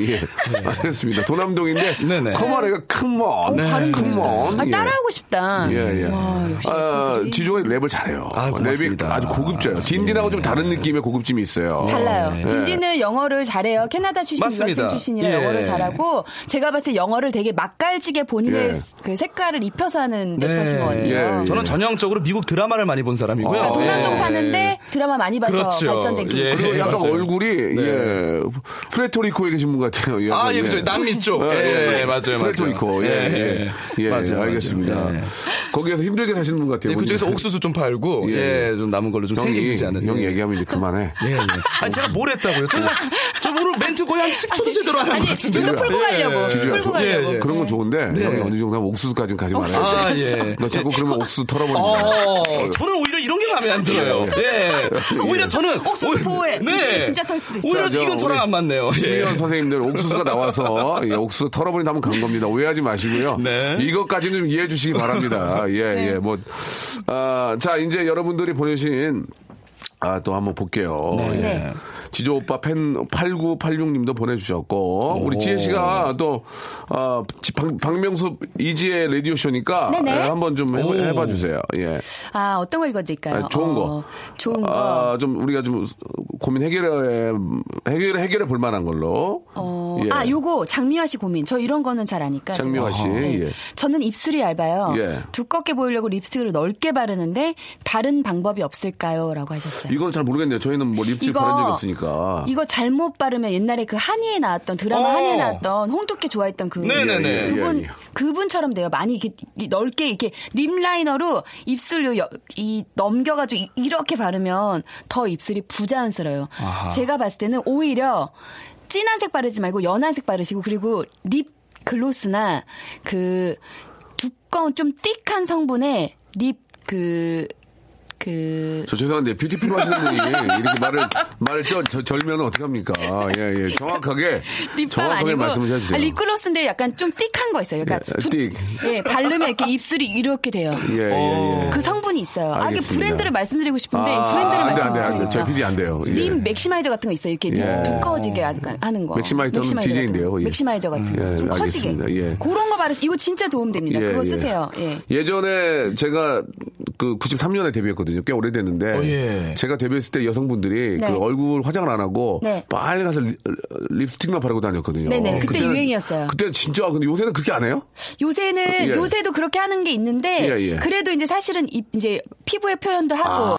Speaker 1: 예, 알겠습니다. 도남동인데
Speaker 6: 네. 네네. 네,
Speaker 1: 커먼애가 큰먼, 큰먼.
Speaker 5: 아,
Speaker 1: 예.
Speaker 5: 따라하고 싶다.
Speaker 1: 예, 예.
Speaker 5: 와, 역시
Speaker 1: 아,
Speaker 5: 팬들이.
Speaker 1: 지조가 랩을 잘해요.
Speaker 6: 아,
Speaker 1: 랩이
Speaker 6: 고맙습니다. 네.
Speaker 1: 아주 고급져요. 딘딘하고 좀 다른 느낌의 고급짐이 있어요.
Speaker 5: 달라요.
Speaker 1: 예.
Speaker 5: 딘딘은 영어를 잘해요. 캐나다 출신,
Speaker 6: 맞습니다.
Speaker 5: 유학생 출신이라
Speaker 6: 예.
Speaker 5: 영어를 잘하고 제가 봤을 때 영어를 되게 맛깔지게 본인의
Speaker 1: 예.
Speaker 5: 그 색깔을 입혀서 하는
Speaker 6: 네.
Speaker 5: 래퍼신 것 같아요. 그러니까
Speaker 1: 예, 예.
Speaker 6: 저는 전형적으로 미국 드라마를 많이 본 사람이고요.
Speaker 1: 아,
Speaker 5: 동남동
Speaker 6: 예.
Speaker 5: 사는데 드라마 많이 봐서
Speaker 6: 그렇죠.
Speaker 5: 발전된 게
Speaker 6: 예.
Speaker 5: 있어요.
Speaker 1: 그리고 약간
Speaker 6: 맞아요. 네.
Speaker 1: 얼굴이 예, 프레토리코에 계신 분 같아요. 약간,
Speaker 6: 아, 예, 그죠. 남미 쪽. 예, 예, 맞아요, 맞아요.
Speaker 1: 프레토리코. 예, 예. 예,
Speaker 6: 맞아요,
Speaker 1: 알겠습니다.
Speaker 6: 맞아요. 예.
Speaker 1: 거기에서 힘들게 사시는 분 같아요.
Speaker 6: 예, 그쪽에서 옥수수 좀 팔고,
Speaker 1: 예.
Speaker 6: 예, 좀 남은 걸로 좀 세게
Speaker 1: 형이,
Speaker 6: 주지 않은.
Speaker 1: 형이
Speaker 6: 예.
Speaker 1: 얘기하면 이제 그만해.
Speaker 6: 예, 예. 아니, 제가 뭘 했다고요? 저, 저 오늘 멘트 거의 한 10초도 제대로 안
Speaker 5: 아니,
Speaker 6: 한것 같은데.
Speaker 5: 계속 풀고 가려고.
Speaker 6: 예, 예.
Speaker 5: 풀고
Speaker 6: 예, 예.
Speaker 5: 가려고.
Speaker 1: 그런 건 좋은데
Speaker 6: 네.
Speaker 1: 형이 어느 정도 하면 옥수수까지는 가지 말아요.
Speaker 6: 아, 예.
Speaker 1: 너 자꾸 그러면 옥수수 털어버린다.
Speaker 6: 어, 저는 오히려 이런 게 마음에 안 들어요. 예. 오히려 저는.
Speaker 5: 옥수수
Speaker 6: 오히려- 네.
Speaker 5: 보호해. 이제 진짜 털 수도 있어.
Speaker 6: 오히려
Speaker 1: 자, 저
Speaker 6: 이건 저랑
Speaker 1: 우리
Speaker 6: 안 맞네요. 예.
Speaker 1: 김희연 선생님들 옥수수가 나와서 예, 옥수수 털어버린 다면 간 겁니다. 오해하지 마시고요.
Speaker 6: 네.
Speaker 1: 이것까지는 좀 이해해 주시기 바랍니다. 예,
Speaker 5: 네.
Speaker 1: 예. 뭐,
Speaker 6: 네.
Speaker 1: 아, 자, 이제 여러분들이 보내신 아, 또 한번 볼게요. 예. 지조 오빠 팬 8986님도 보내주셨고 우리 지혜 씨가 또 어, 지- 박, 박명수 이지혜 라디오 쇼니까
Speaker 7: 네네.
Speaker 1: 예, 한번 좀 해봐,
Speaker 6: 오.
Speaker 1: 해봐 주세요. 예,
Speaker 5: 아, 어떤 거 읽어드릴까요?
Speaker 1: 아, 좋은 거.
Speaker 5: 어, 좋은 거.
Speaker 1: 아, 좀 우리가 좀 고민 해결해 해결 해결해 볼 만한 걸로.
Speaker 5: 어,
Speaker 1: 예.
Speaker 5: 아, 요거 장미화 씨 고민. 저 이런 거는 잘 아니까. 제가.
Speaker 1: 장미화 씨, 예.
Speaker 5: 네. 저는 입술이 얇아요.
Speaker 1: 예.
Speaker 5: 두껍게 보이려고 립스틱을 넓게 바르는데 다른 방법이 없을까요? 라고 하셨어요.
Speaker 1: 이건 잘 모르겠네요. 저희는 뭐 립스틱
Speaker 5: 이거-
Speaker 1: 바른 적이 없으니까.
Speaker 5: 이거 잘못 바르면 옛날에 그 한의에 나왔던 드라마
Speaker 6: 어.
Speaker 5: 한의에 나왔던 홍두깨 좋아했던 그
Speaker 6: 네네네.
Speaker 1: 예, 예,
Speaker 5: 그분
Speaker 1: 예, 예.
Speaker 5: 그분처럼 돼요. 많이 이렇게 이- 넓게 이렇게 립 라이너로 입술로 여- 이 넘겨가지고 이- 이렇게 바르면 더 입술이 부자연스러워요. 제가 봤을 때는 오히려 진한색 바르지 말고 연한색 바르시고 그리고 립 글로스나 그 두꺼운 좀 띡한 성분의 립그 그
Speaker 1: 저 죄송한데 뷰티풀 하시는 분이 이렇게 말을 말을 절, 절, 절면 어떻게 합니까? 예, 예. 정확하게
Speaker 5: 립밤
Speaker 1: 정확하게
Speaker 5: 아니고
Speaker 1: 말씀을 해 주세요.
Speaker 5: 아, 립글로스인데 약간 좀 띡한 거 있어요. 그러니까
Speaker 1: 예,
Speaker 5: 두-
Speaker 1: 띡.
Speaker 5: 예, 바르면 이렇게 입술이 이렇게 돼요.
Speaker 1: 예, 예, 예.
Speaker 5: 그 성분이 있어요. 아, 이게
Speaker 1: 알겠습니다.
Speaker 5: 브랜드를 말씀드리고 싶은데
Speaker 1: 아,
Speaker 5: 브랜드를
Speaker 1: 안 돼, 안 돼, 안 돼.
Speaker 5: 말씀드리니까
Speaker 1: 저희 PD 안 돼요. 예.
Speaker 5: 립 맥시마이저 같은 거 있어요. 이렇게 립
Speaker 1: 예.
Speaker 5: 두꺼워지게 약간 하는 거.
Speaker 1: 맥시마이저는 DJ
Speaker 5: 같은 거.
Speaker 1: 인데요, 예.
Speaker 5: 맥시마이저 같은 거.
Speaker 1: 예,
Speaker 5: 좀 커지게.
Speaker 1: 알겠습니다. 예.
Speaker 5: 그런 거 바르세요. 이거 진짜 도움됩니다.
Speaker 1: 예,
Speaker 5: 그거
Speaker 1: 예.
Speaker 5: 쓰세요. 예.
Speaker 1: 예전에 제가 그 93년에 데뷔했거든요. 꽤 오래됐는데
Speaker 6: 어, 예.
Speaker 1: 제가 데뷔했을 때 여성분들이
Speaker 5: 네.
Speaker 1: 그 얼굴 화장을 안 하고
Speaker 5: 네.
Speaker 1: 빨간색 립- 립스틱만 바르고 다녔거든요.
Speaker 5: 네네, 그때
Speaker 1: 그때는-
Speaker 5: 유행이었어요.
Speaker 1: 그때 진짜 근데 요새는 그렇게 안 해요?
Speaker 5: 요새는
Speaker 1: 예.
Speaker 5: 요새도 그렇게 하는 게 있는데
Speaker 1: 예, 아, 예.
Speaker 5: 그래도 이제 사실은 입, 이제 피부의 표현도 하고